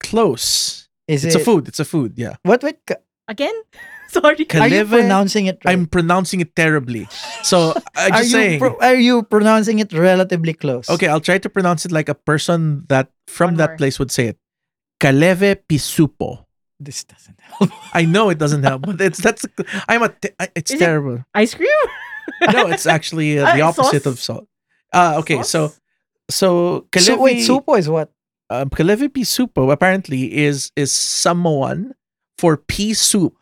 C: Close.
A: Is
C: it's
A: it
C: a food. It's a food. Yeah.
A: What? Wait. ca-
B: Again? Sorry.
C: Kal-
A: Are you
C: Kaleve-
A: pronouncing it? Right?
C: I'm pronouncing it terribly. So I'm
A: are
C: just
A: you
C: saying.
A: pro- are you pronouncing it relatively close?
C: okay, I'll try to pronounce it like a person that from
B: One
C: that
B: more.
C: place would say it. Kaleve Pisupo.
A: This doesn't help.
C: I know it doesn't help, but it's that's I'm a te- I- it's
B: Is it-
C: terrible.
B: Ice cream?
C: no, it's actually uh, the
B: Uh,
C: opposite
B: sauce?
C: of salt. Uh, okay, so
B: Sauce?
C: so Kalevi,
A: so wait, supo is what?
C: um, Kalevi pea supo apparently is is Samoan for pea soup,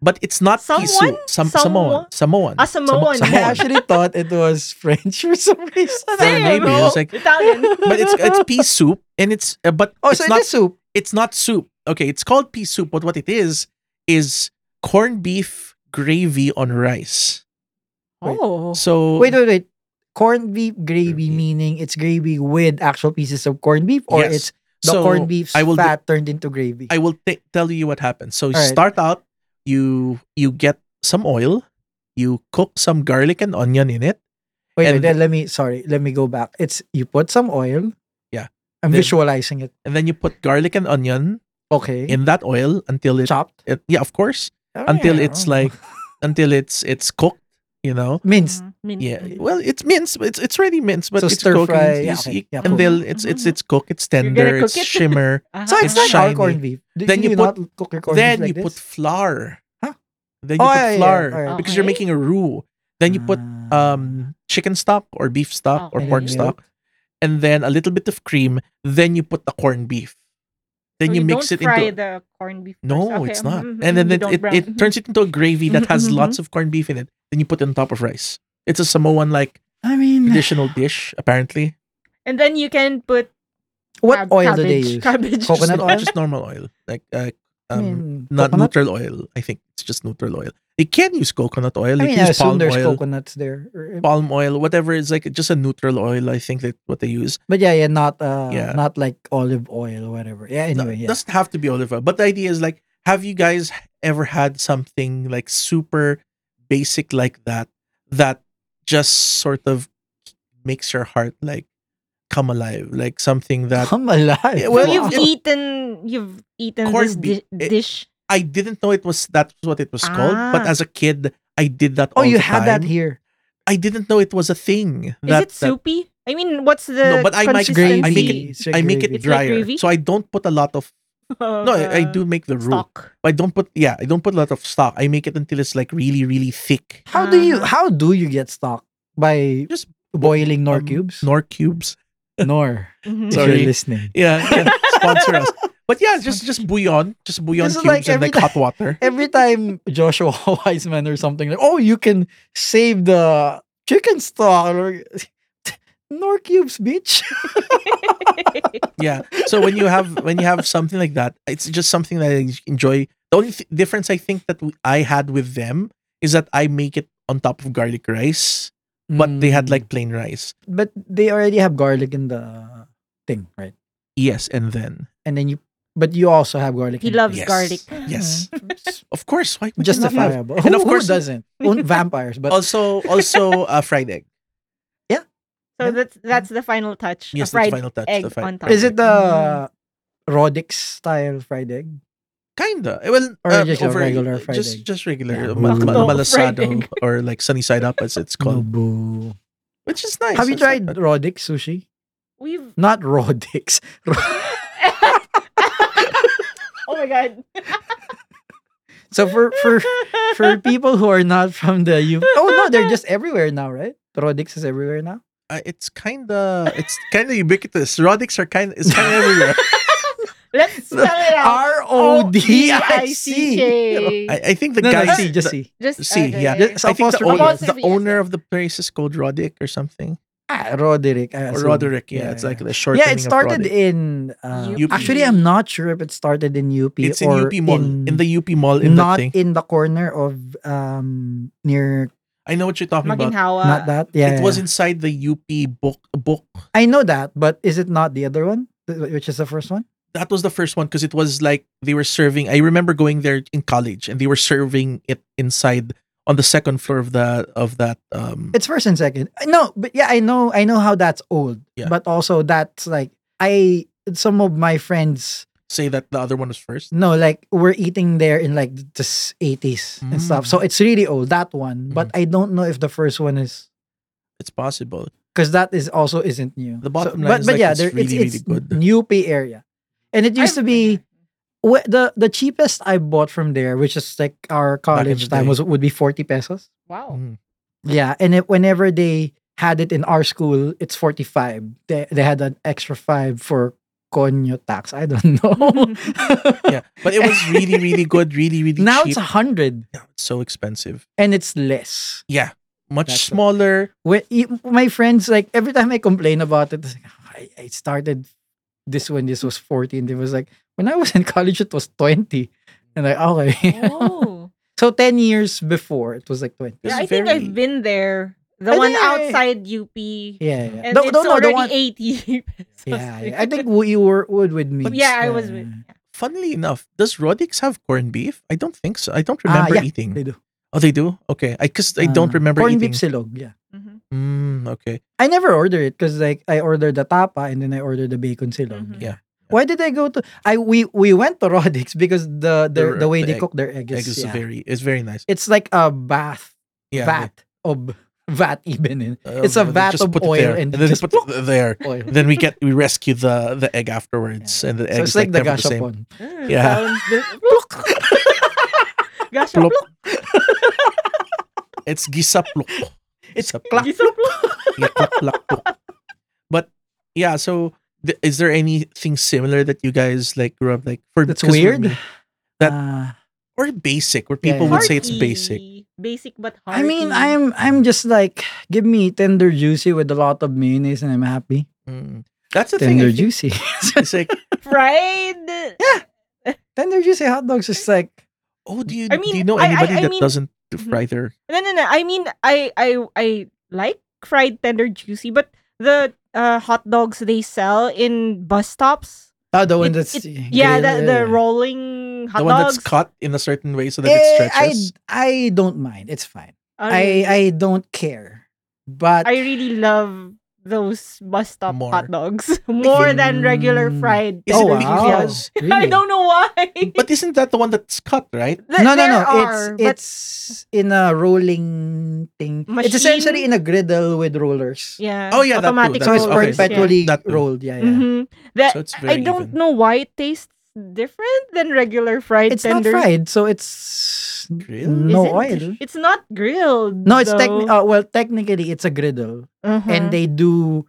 C: but it's not pea soup.
B: Someone?
C: Sam-
B: Someone?
C: Samoan, Samoan,
B: Ah,
C: Samo-
B: Samoan.
A: I actually thought it was French for some reason.
B: Same.
C: maybe
B: no.
C: it's like-
B: Italian.
C: but it's it's pea soup, and it's uh, but
A: Oh,
C: it's
A: so
C: not
A: it is soup.
C: it's not soup. Okay, it's called pea soup, but what it is is corned beef gravy on rice.
B: oh.
C: So
A: Wait, wait, wait. Corned beef gravy,
C: Gravy.
A: meaning it's gravy with actual pieces of corned beef, or
C: Yes.
A: it's the
C: so
A: corned beef's
C: I will do-
A: fat turned into gravy.
C: I will t- tell you what happens. So you
A: Alright.
C: start out, you you get some oil, you cook some garlic and onion in it.
A: wait, wait,
C: and-
A: then let me. Sorry, let me go back. It's you put some oil.
C: Yeah.
A: I'm
C: Then-
A: visualizing it.
C: and then you put garlic and onion
A: Okay,
C: in that oil until it,
A: chopped Ah.
C: it- yeah of course until it's like until it's it's cooked you know
B: Mm-hmm.
A: minced.
C: yeah well it's minced it's it's already minced but
A: So
C: it's
A: stir
C: cooked and
A: fry,
C: it's-
A: yeah,
C: it's-
A: okay, yeah, uh-huh.
C: until
B: cool.
C: it's it's it's cooked it's tender
B: gonna
C: it's
B: cook it?
C: shimmer
B: uh-huh,
A: So it's,
C: It's
A: like our
C: shiny.
A: corned beef. Do,
C: Then
A: do
C: you
A: not
C: put-
A: cook your corned
C: then
A: beef
C: you
A: like
C: put
A: this?
C: flour
A: Huh?
C: then you
A: Oh,
C: put
A: yeah, yeah, yeah,
C: flour
A: alright.
C: because you're
B: Okay.
C: making a roux then you put
A: Ah.
C: um chicken stock or beef stock
B: Oh,
C: or
B: Okay.
C: pork
A: Milk.
C: stock and then a little bit of cream then you put the corned beef then
B: So
C: you,
B: you
C: mix
B: don't
C: it
B: fry
C: into
B: the corned beef. first.
C: No,
B: Okay,
C: it's not.
B: mhm, mhm,
C: and then
B: you
C: it,
B: don't
C: it,
B: brown.
C: it turns it into a gravy that has
B: Mhm,
C: lots of corned beef in it. Then you put it on top of rice. It's a Samoan like
A: I mean,
C: traditional dish, apparently.
B: And then you can put
A: what
B: cab-
A: oil
B: cabbage.
A: do they use?
B: Cabbage.
C: Just,
A: Coconut
C: no-
A: oil?
C: just normal oil. Like uh,
A: I
C: um,
A: mean,
C: not
A: coconut?
C: neutral oil. I think it's just neutral oil. They can use coconut
A: I
C: oil. They
A: mean,
C: can
A: I
C: use
A: assume
C: palm
A: there's
C: oil.
A: coconuts there. or-
C: Palm oil, whatever is like just a neutral oil, I think that what they use.
A: But yeah, yeah, not uh,
C: Yeah.
A: not like olive oil or whatever. Yeah,
C: No,
A: anyway,
C: it
A: yeah.
C: doesn't have to be olive oil. But the idea is like, have you guys ever had something like super basic like that that just sort of makes your heart like come alive? Like something that
A: I'm alive.
C: Yeah,
B: Well,
C: Well,
B: you've
C: it-
B: eaten you've eaten this
C: Corned beef.
B: di-
C: It-
B: dish.
C: I didn't know it was that's what it was called. But
B: Ah.
C: as a kid, I did that.
A: oh,
C: all
A: you
C: the
A: had that
C: time.
A: here.
C: I didn't know it was a thing.
B: Is
C: that-
B: it
C: that-
B: soupy? I mean, what's the
C: No, but I make-
A: It's
B: consistency?
A: gravy.
C: I make it-
A: It's like
C: I make it
A: gravy.
B: It's like
C: drier,
B: gravy?
C: so I don't put a lot of. No, I, I
B: Uh,
C: do make the roux.
B: stock.
C: I don't put. Yeah, I don't put a lot of stock. I make it until it's like really, really thick.
A: How do you
B: Uh-huh.
A: how do you get stock by
C: Just
A: boiling nor
C: um,
A: cubes?
C: Nor cubes.
A: nor.
B: Mhm.
A: if
C: Sorry.
A: you're listening.
C: Yeah, yeah, sponsor us. But yeah, just just bouillon, just bouillon
A: This is
C: cubes
A: like
C: and
A: every
C: like hot water.
A: Every time Joshua Wiseman or something like, oh, you can save the chicken stock or nor cubes, bitch.
C: Yeah. So when you have when you have something like that, it's just something that I enjoy. The only th- difference I think that we, I had with them is that I make it on top of garlic rice, but they had
A: Mm.
C: like plain rice.
A: but they already have garlic in the thing, right?
C: Yes, and then
A: And then you, but you also have garlic.
B: He
A: in
B: loves
C: yes,
B: garlic.
C: Yes,
A: Yes.
C: of course. Why would you not have-
A: justifiable.
C: And of
A: Who-
C: course-
A: who doesn't Un- vampires, but
C: Also, also a fried egg.
B: So that's that's the final touch. a
C: Yes, that's
B: fried
C: final touch.
B: egg
C: the
B: on
C: fried
B: top.
A: is it
B: Mm.
A: the
C: Mm-hmm.
A: Rodix style fried egg?
C: Kinda. Eh, Well,
A: Or
C: um,
A: just a
C: over-
A: regular fried
C: just,
A: egg.
C: Just regular
A: Yeah.
C: ma-
A: Bakdo
C: ma-
B: fried
C: malasado
B: egg.
C: or like sunny side up as it's called,
A: Kubo.
C: which is
A: Mm.
C: nice.
A: Have you
C: It's not
A: tried
C: bad.
A: Rodix sushi?
B: We've.
A: Not Rodix. Ro-
B: oh my god.
A: so for for for people who are not from the U, oh no, they're just everywhere now, right? Rodix is everywhere now.
C: Uh, it's kind of it's kind of ubiquitous. Rodix are kind it's kind of everywhere.
B: Let's spell it out.
A: R O D I C.
B: J.
C: I, I think the
A: No,
C: guy
A: no, see, just see.
B: Just
C: See, yeah.
B: okay.
A: Just
C: I think the
A: apostrophe.
C: owner,
B: Apostrophe,
C: the
B: yes,
C: owner
B: yes.
C: of the place is called Rodick or something.
A: Ah, Roderick. I
C: Or
A: assume.
C: Oh, Roderick, yeah, it's like the short.
A: yeah, it started in uh,
B: UP.
A: actually I'm not sure if it started in UP
C: It's in
A: or
C: UP Mall, in, the UP Mall in
A: not
C: that thing.
A: in the corner of um near
C: I know what you're talking about.
B: Maginhawa.
A: not that yeah
C: it was
A: yeah.
C: inside the UP book book.
A: I know that but is it not the other one Th- which is the first one
C: That was the first one because it was like they were serving. I remember going there in college and they were serving it inside on the second floor of the of that. Um,
A: it's first and second I- no but yeah I know I know how that's old
C: Yeah.
A: but also that's like I some of my friends
C: say that the other one was first.
A: no like were eating there in like the s- 80s and stuff
C: Mm.
A: so it's really old that one but I don't know if the first one is
C: It's possible.
A: because that is also isn't new.
C: The bottom line
A: but,
C: is,
A: but
C: like,
A: yeah,
C: it's
A: there, it's,
C: really,
A: it's
C: really good.
A: New Pay area, and it used to be wh- the the cheapest I bought from there, which is like our
C: in
A: college
C: the
A: time
C: day.
A: was would be forty pesos.
B: Wow.
C: Mm.
A: Yeah, and it, whenever they had it in our school, it's forty five. They they had an extra five for conyo tax. I don't know.
C: Yeah, but it was really really good. Really really
A: now it's
C: cheap.
A: a hundred
C: Now it's so expensive.
A: and it's less.
C: Yeah, much
A: That's a-
C: smaller.
A: When, e- my friends like every time I complain about it, it's like, "Ah, I, I started this when this was 40 and it was like when I was in college it was 20 and like okay
B: Oh.
A: so 10 years before it was like 20
C: This
B: yeah, I
C: is
B: think
C: very-
B: I've been there. The
A: Oh,
B: one
A: yeah, yeah, yeah.
B: outside UP.
A: yeah yeah
B: And
A: No,
B: it's
A: no, no, the
B: already
A: one-
B: 80 pesos.
A: yeah, yeah. I think we- you were would with me
B: But yeah, I was with.
C: Funnily enough, does Rodix have corned beef? I don't think so. I don't
A: Ah,
C: remember
A: yeah,
C: eating.
A: they do.
C: Oh, they do. Okay, I because I
A: Uh,
C: don't remember
A: corned
C: eating.
A: beef silog yeah
B: Mhm.
C: Mm, okay.
A: I never order it because like I ordered the tapa and then I ordered the bacon silog
B: Mhm.
C: Yeah.
A: why did I go to I we we went to Rodix because the the,
C: Their-
A: the way
C: the
A: they
C: egg-
A: cook their egg
C: Egg
A: is,
C: is
A: yeah.
C: very it's very nice.
A: it's like a bath
C: Yeah.
A: vat of vat even
C: uh,
A: it's a
C: they
A: vat
C: just
A: of
C: put it
A: oil
C: there,
A: and
C: then they
A: just
C: put it there.
A: oil.
C: Then we get we rescue the the egg afterwards, and the
A: so
C: egg is
A: it's like the
C: never same.
A: gashapon.
B: Mm,
C: Yeah.
B: sounds del- Gosh,
C: Plop.
B: plop.
C: It's gisaplok.
A: It's
C: Gisa-
A: clap.
B: It's so plop.
C: gisaplakplok. But yeah, so th- is there anything similar that you guys like grew up like for?
A: That's
C: 'cause for
A: weird.
C: me- that-
A: Uh,
C: or basic, where
A: Yeah,
C: people
A: yeah.
C: would say it's
B: Hearty.
C: basic.
B: Basic but hard.
A: I mean, I'm I'm just like give me tender juicy with a lot of mayonnaise and I'm happy.
C: Mm. That's the thing. I
A: Tender
C: think.
A: juicy,
C: It's like,
B: fried.
A: tender juicy hot dogs is like
C: oh, do you
B: I
C: do you
B: mean,
C: know
B: I- I-
C: anybody
B: I
C: that
B: mean-
C: doesn't
A: mm-hmm.
B: Mhm.
C: fry their?
B: No, no, no. I mean, I, I, I like fried tender juicy, but the uh, hot dogs they sell in bus stops.
A: oh the one
B: It-
A: that's
B: it- yeah, the, the
A: raw
B: rolling hot
C: the one
B: dogs.
C: that's cut in a certain way so that
A: Eh,
C: it
A: I
C: stretches.
A: I don't mind. It's fine.
B: Oh,
A: I
B: really?
A: I don't care. But
B: I really love those bus stop
C: More.
B: hot dogs more than regular
A: Mm.
B: fried.
C: Is it
A: oh wow,
B: tender juicy hot dogs.
C: because-
A: really?
B: I don't know why.
C: but isn't that the one that's cut, right?
B: Th-
A: no, no,
B: there
A: no.
B: are, but
A: it's it's in a rolling thing. It's essentially in
B: Machine?
A: a griddle with rollers.
B: yeah.
C: Oh, yeah, that too.
B: automatic
C: That's
A: So it's
C: Oh, okay.
B: rollers, yeah.
A: perpetually
C: That too.
A: rolled. Yeah, yeah.
B: Mhm. That
C: So it's
B: I
C: very
B: don't
C: even.
B: know why it tastes different than regular fried
A: It's
B: tender.
A: not fried, so it's
C: Grilled?
A: no
B: Is it?
A: oil.
B: It's not grilled. Uh-huh.
A: No, it's
B: technically
A: techni- uh, well technically it's a griddle, and they do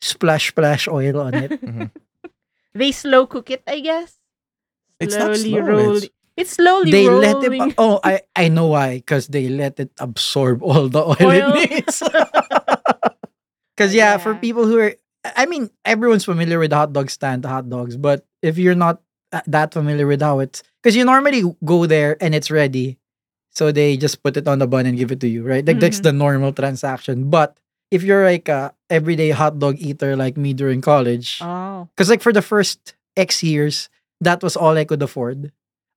A: splash splash oil on it. Mm-hmm.
B: they slow cook it, I guess.
C: It's not slow,
B: rolled.
C: it's-
B: It's slowly
A: they let
B: rolling.
A: it. Oh, I I know why. Because they let it absorb all the oil,
B: Oil.
A: it needs. Because yeah, for
B: Yeah.
A: people who are, I mean, everyone's familiar with hot dog stand hot dogs, but if you're not uh, that familiar with how it's, because you normally go there and it's ready, so they just put it on the bun and give it to you, right? Like that's
B: Mhm.
A: the normal transaction. But if you're like a everyday hot dog eater like me during college,
B: Oh.
A: because like for the first X years, that was all I could afford.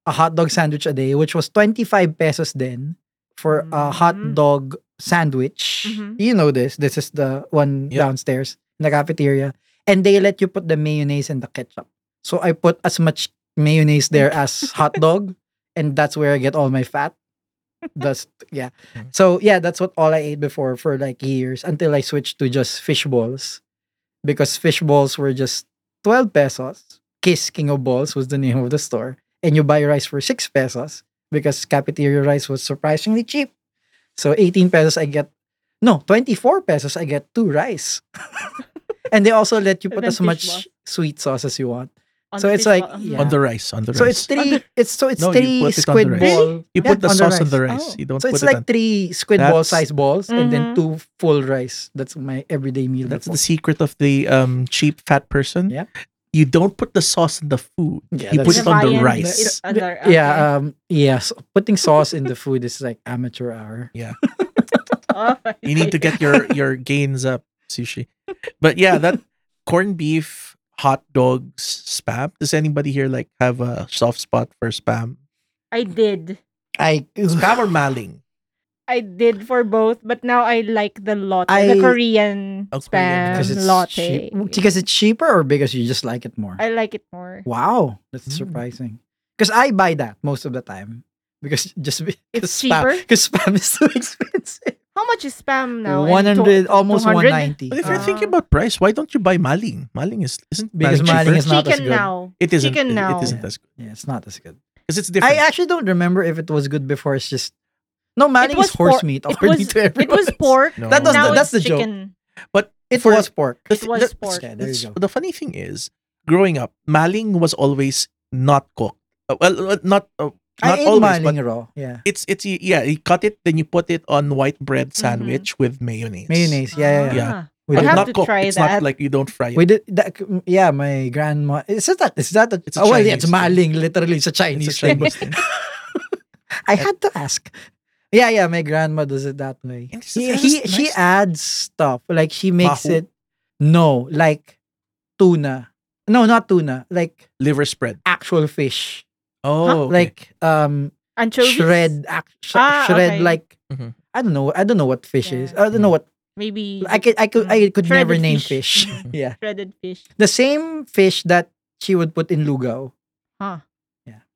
A: A hot dog sandwich a day, which was 25 pesos then for a hot
B: Mm.
A: dog sandwich.
B: Mhm.
A: You know this. This is the one
C: Yeah.
A: downstairs in the cafeteria. And they let you put the mayonnaise and the ketchup. So I put as much mayonnaise there as hot dog. And that's where I get all my fat. That's yeah.
C: Mm.
A: So yeah, that's what all I ate before for like years until I switched to just fish balls. Because fish balls were just 12 pesos. Kiss King of Balls was the name of the store. And you buy rice for 6 pesos because cafeteria rice was surprisingly cheap. So 18 pesos I get no, 24 pesos I get two rice. and they also let you
B: And
A: put
B: then
A: as
B: fish
A: much
B: balls.
A: sweet sauce as you want. So
D: the
A: it's like-
D: fishbowl.
A: yeah.
C: on
B: Uh-huh.
C: the rice, on the
A: So it's
C: rice.
A: three.
B: On the-
A: it's so it's
C: No, you
A: three
C: put it on the
A: squid
C: rice.
A: ball.
C: you
A: yeah,
C: put the
A: on the
C: sauce on
A: rice.
C: the rice.
B: Oh.
C: You don't
A: So
C: put
A: it's
C: it
A: like
C: on.
A: three squid ball
C: That's-
A: size balls and then
B: Mhm.
A: two full rice. That's my everyday meal.
C: That's
A: before.
C: the secret of the um cheap fat person.
A: Yeah.
C: You don't put the sauce in the food.
A: Yeah, that's-
C: you put
D: The
C: it on the
D: viand,
C: rice.
D: it- other- okay.
A: Yeah, um, yeah. So putting sauce in the food is like amateur hour.
D: Oh,
C: You need to get your your gains up, sushi. But yeah, that corned beef, hot dogs, spam. Does anybody here like have a soft spot for spam?
D: I did.
A: I
C: Spam or maling?
B: I did for both, but now I like the latte,
A: I-
B: the Korean
C: Oh, Korean,
B: spam
A: because it's
B: latte.
A: cheap- because it's cheaper or because you just like it more.
B: I like it more.
A: wow, that's
C: Mm.
A: surprising. Because I buy that most of the time because just because
B: It's
A: spam
B: cheaper?
A: because spam is so expensive.
B: How much is spam now? And
A: One hundred,
B: to-
A: almost one
B: 200?
A: ninety.
C: But if you're
B: Ah.
C: thinking about price, why don't you buy maling? Maling is isn't
A: Uh, Because maling is
C: cheaper?
A: not as
B: Chicken
A: good.
B: now.
C: it isn't
B: chicken
C: it-
B: now.
C: it isn't as good
A: Yeah, it's not as good.
C: because it's different.
A: I actually don't remember if it was good before. It's just no, Manning is
B: was
A: horse
B: por-
A: meat.
B: it
A: According
B: was-
A: to
B: It
A: everyone,
B: was pork.
C: No.
A: That was
B: now
A: the, that's the
B: it's
A: joke.
B: chicken.
A: It
C: For-
A: was pork.
C: The
D: It was
C: the-
D: pork.
A: Okay, there you
C: it's-
A: go.
C: The funny thing is, growing up, maling was always not cooked. Uh, well, uh, not uh,
A: I
C: not
A: ate
C: always,
A: Manning
C: but
A: raw. Yeah,
C: it's it's yeah. You cut it, then you put it on white bread sandwich with mayonnaise.
A: mayonnaise. Yeah, yeah, yeah.
C: Yeah.
A: We
C: But
A: did,
B: have
C: not
B: to
C: cooked.
B: try
C: it's
B: that.
C: not like you don't fry it.
A: we did that. Yeah, my grandma. Is it that? Is that? A,
C: It's a
A: oh well, yeah, it's
C: Chinese
A: Maling.
C: thing.
A: Literally, it's a Chinese,
C: it's
A: thing.
C: a Chinese thing.
A: I had to ask. Yeah, yeah. My grandma does it that way.
C: And it's
A: He,
C: just
A: he
C: nice.
A: she adds stuff like she makes it.
C: Mahu?
A: No, like tuna. No, not tuna. Like
C: Liver spread.
A: actual fish.
C: Oh, okay.
A: Like um
B: Anchovies.
A: shred ac- sh-
B: Ah,
A: shred
B: okay.
A: like
C: Mhm.
A: I don't know I don't know what fish is
B: Yeah.
A: I
C: Mm-hmm.
A: don't know what
D: Maybe
A: I could I could I could
D: Shredded
A: never name
D: fish.
A: fish
C: Mhm.
A: yeah
D: shredded fish.
A: the same fish that she would put in lugaw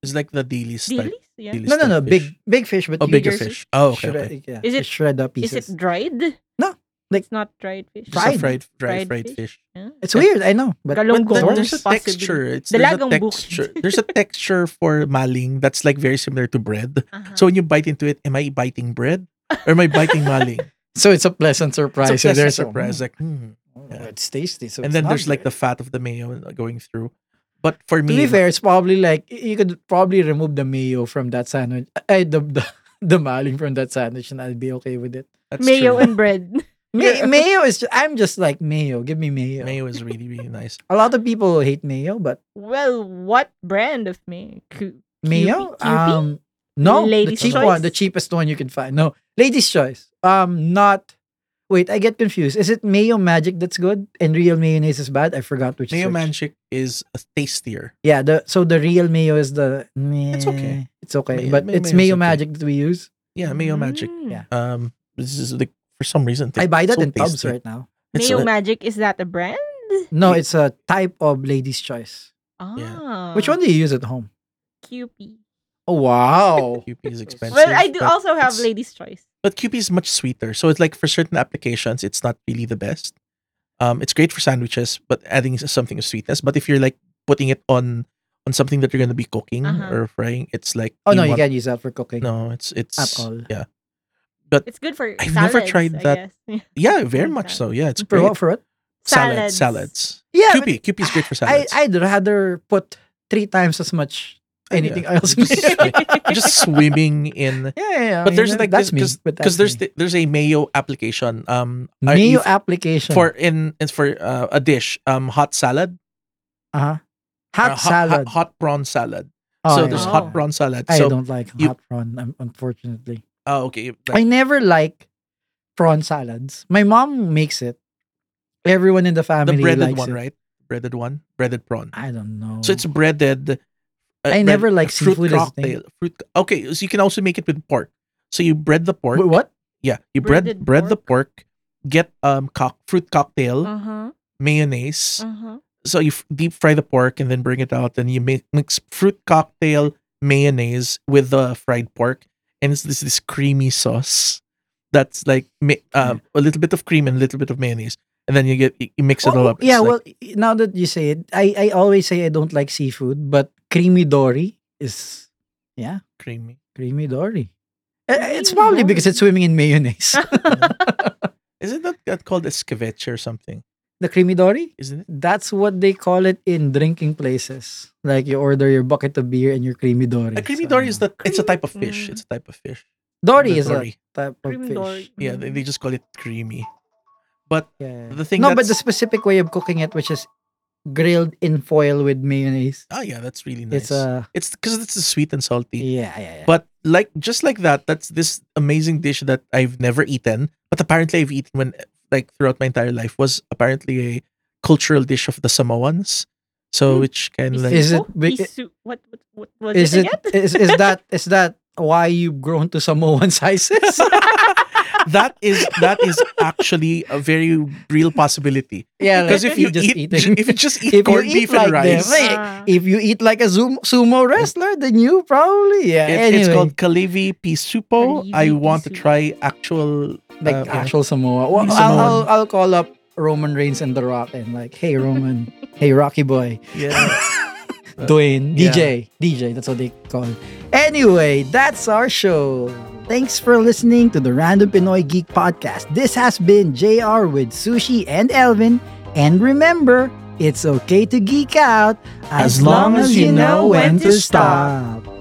C: it's like the delis type.
D: Delis? Yeah.
C: Delis
A: no no
C: type
A: no big
C: fish.
A: big fish but
C: Oh,
A: you
C: bigger
A: just
C: fish. Oh, okay.
A: shred,
C: okay.
A: yeah,
D: Is
A: you
D: it-
A: shred up
D: Is
A: pieces
D: it dried?
A: No, like-
D: it's not dried fish.
C: Just a
A: fried?
C: fried,
D: Fried
C: fried, fried
D: fish?
C: fish.
D: Yeah.
A: it's weird I know but
C: But
D: Galunggong.
C: then
A: Galunggong.
C: there's a
D: Possibly.
C: texture. It's,
D: The
C: there's a
D: lagong bukid.
C: texture. There's a texture for maling that's like very similar to bread.
D: Uh-huh.
C: So when you bite into it, am I biting bread or am I biting maling?
A: so it's a pleasant surprise
C: It's a
A: so
C: pleasant
A: there's a-
C: surprise. Like, hmm.
A: Oh,
C: Yeah.
A: it's tasty so it's
C: and then
A: not
C: there's like the
A: weird.
C: fat of the mayo going through. But
A: to
C: for
A: be
C: me,
A: fair it's probably like you could probably remove the mayo from that sandwich I, the, the the maling from that sandwich and I'd be okay with it
C: that's
B: Mayo
C: true.
B: and bread.
A: May- mayo is ju- I'm just like mayo. Give me mayo.
C: mayo is really really nice.
A: A lot of people hate mayo, but
B: Well, what brand of mayo? Cu-
A: mayo.
B: Kewpie? Kewpie?
A: Um, no,
B: Lady's
A: the cheap
B: Choice?
A: one, the cheapest one you can find. No, lady's choice. Um, not. Wait, I get confused. Is it mayo magic that's good and real mayonnaise is bad? I forgot which.
C: Mayo
A: is which.
C: magic is a tastier.
A: Yeah. The so the real mayo is the.
C: It's okay.
A: meh, It's okay,
C: Mayo-
A: but
C: may-
A: it's
C: mayo's
A: mayo
C: okay.
A: magic that we use.
C: Yeah, mayo magic.
B: Mm.
A: Yeah.
C: Um, this is like for some reason
A: I buy that
C: so
A: in tubs
C: tasty.
A: right now.
C: It's
B: Mayo
C: a-
B: Magic, is that a brand?
A: No, it's a type of lady's choice.
D: ah,
B: Uh,
A: Which one do you use at home?
D: Kewpie.
A: Oh wow.
C: QP is expensive.
D: Well, I do
C: but
D: also have
C: it's-
D: Lady's Choice.
C: but QP is much sweeter. So it's like for certain applications, it's not really the best. Um, it's great for sandwiches, but adding s- something of sweetness. But if you're like putting it on on something that you're gonna be cooking
D: Uh-huh.
C: or frying, it's like
A: oh no, you
C: want-
A: can't use that for cooking.
C: No, it's it's
A: all.
C: yeah,
D: It's good for
C: I've never
D: salads,
C: tried
D: I
C: that.
D: guess.
C: yeah, very much
D: Okay.
C: so. Yeah, it's
A: For
C: great.
A: what? For what?
C: Salad,
D: Salads.
C: salads.
A: Yeah, but
C: QP, QP is great for
A: I
C: salads.
A: I'd rather put three times as much
C: Oh, yeah.
A: anything else.
C: Just-
A: yeah,
C: just swimming in.
A: yeah, yeah.
C: But there's like
A: that's
C: this-
A: me. but
C: Because
A: that's
C: there's
A: me.
C: the, there's a mayo application. Um, uh,
A: mayo
C: if-
A: application
C: for in it's for uh, a dish. Um, hot salad,
A: uh-huh.
C: or
A: hot
C: hot
A: salad.
C: Hot, hot prawn salad.
A: Oh,
C: so
A: yeah.
C: there's
D: Oh.
C: hot prawn salad.
A: I
C: so
A: don't like
C: you-
A: hot prawn. um, Unfortunately,
C: Oh, okay.
A: I never like prawn salads. My mom makes it. Everyone in the
C: the
A: family
C: breaded
A: likes it.
C: one, right? Breaded one, breaded prawn.
A: I don't know.
C: So it's breaded. uh,
A: I
C: bread- uh,
A: never like
C: fruit
A: seafood as a thing.
C: cocktail. Fruit. co- Okay, so you can also make it with pork. So you bread the pork.
A: Wait, what?
C: Yeah, you bread bread
D: Breaded
C: the pork. Get um cock, fruit cocktail
D: Uh huh.
C: mayonnaise.
D: Uh huh.
C: so you f- deep fry the pork and then bring it out and you make mix fruit cocktail mayonnaise with the fried pork and it's this this creamy sauce that's like ma-
A: Mm.
C: um, a little bit of cream and a little bit of mayonnaise and then you get you you mix it
A: Oh,
C: all up It's
A: Yeah,
C: like-
A: well, y- now that you say it, I, I always say I don't like seafood, but creamy dory is, yeah,
C: creamy
A: creamy dory. Uh,
D: Creamy
A: It's probably because
D: dory.
A: it's swimming in mayonnaise.
C: isn't that, that called escabeche or something
A: The creamidori?
C: isn't it?
A: That's what they call it in drinking places. Like you order your bucket of beer and your creamidori.
C: A creamidori is
A: So-
C: the it's a type of fish.
D: Mm.
C: It's a type of fish.
A: Dory
C: The
A: is a Mm.
C: dory.
A: type of
D: Cream
A: fish.
D: dory.
C: yeah. They, they just call it creamy.
A: Yeah.
C: The thing
A: no, but
C: that's-
A: the specific way of cooking it, which is grilled in foil with mayonnaise.
C: Oh yeah, that's really
A: It's
C: nice.
A: uh, a
C: It's because it's sweet and salty.
A: yeah, yeah, yeah.
C: But like just like that, that's this amazing dish that I've never eaten, but apparently I've eaten when like throughout my entire life was apparently a cultural dish of the Samoans. So
D: Mm.
C: which kind of like
A: Hmm. Is
D: Isu-
A: it big-
D: Isu- Oh, what, what, what was
A: is
D: it
A: it
D: again?
A: is, is that is that why you've grown to Samoan sizes?
C: that is that is actually a very real possibility.
A: yeah,
C: Because if you
A: just
C: eat,
A: eating-
C: if you just eat
A: If you
C: corned
A: eat
C: beef
A: like
C: and rice,
A: them, eh,
D: Ah.
A: if you eat like a zoom, sumo wrestler, then you probably yeah.
C: it-
A: anyway,
C: it's called Kalivi Pisupo. I
D: Kalivi
C: want to
D: Pisupo.
C: try actual
A: like
C: uh, yeah.
A: actual Samoa. Well, I'll,
C: Samoan.
A: I'll I'll call up Roman Reigns and The Rock and like, hey Roman, hey Rocky Boy.
C: yeah. Uh,
A: Dwayne,
C: yeah.
A: DJ, DJ, that's what they call. him. Anyway, that's our show. Thanks for listening to the Random Pinoy Geek Podcast. This has been JR with Sushi and Elvin. And remember, it's okay to geek out
C: As long as you know when to
A: stop.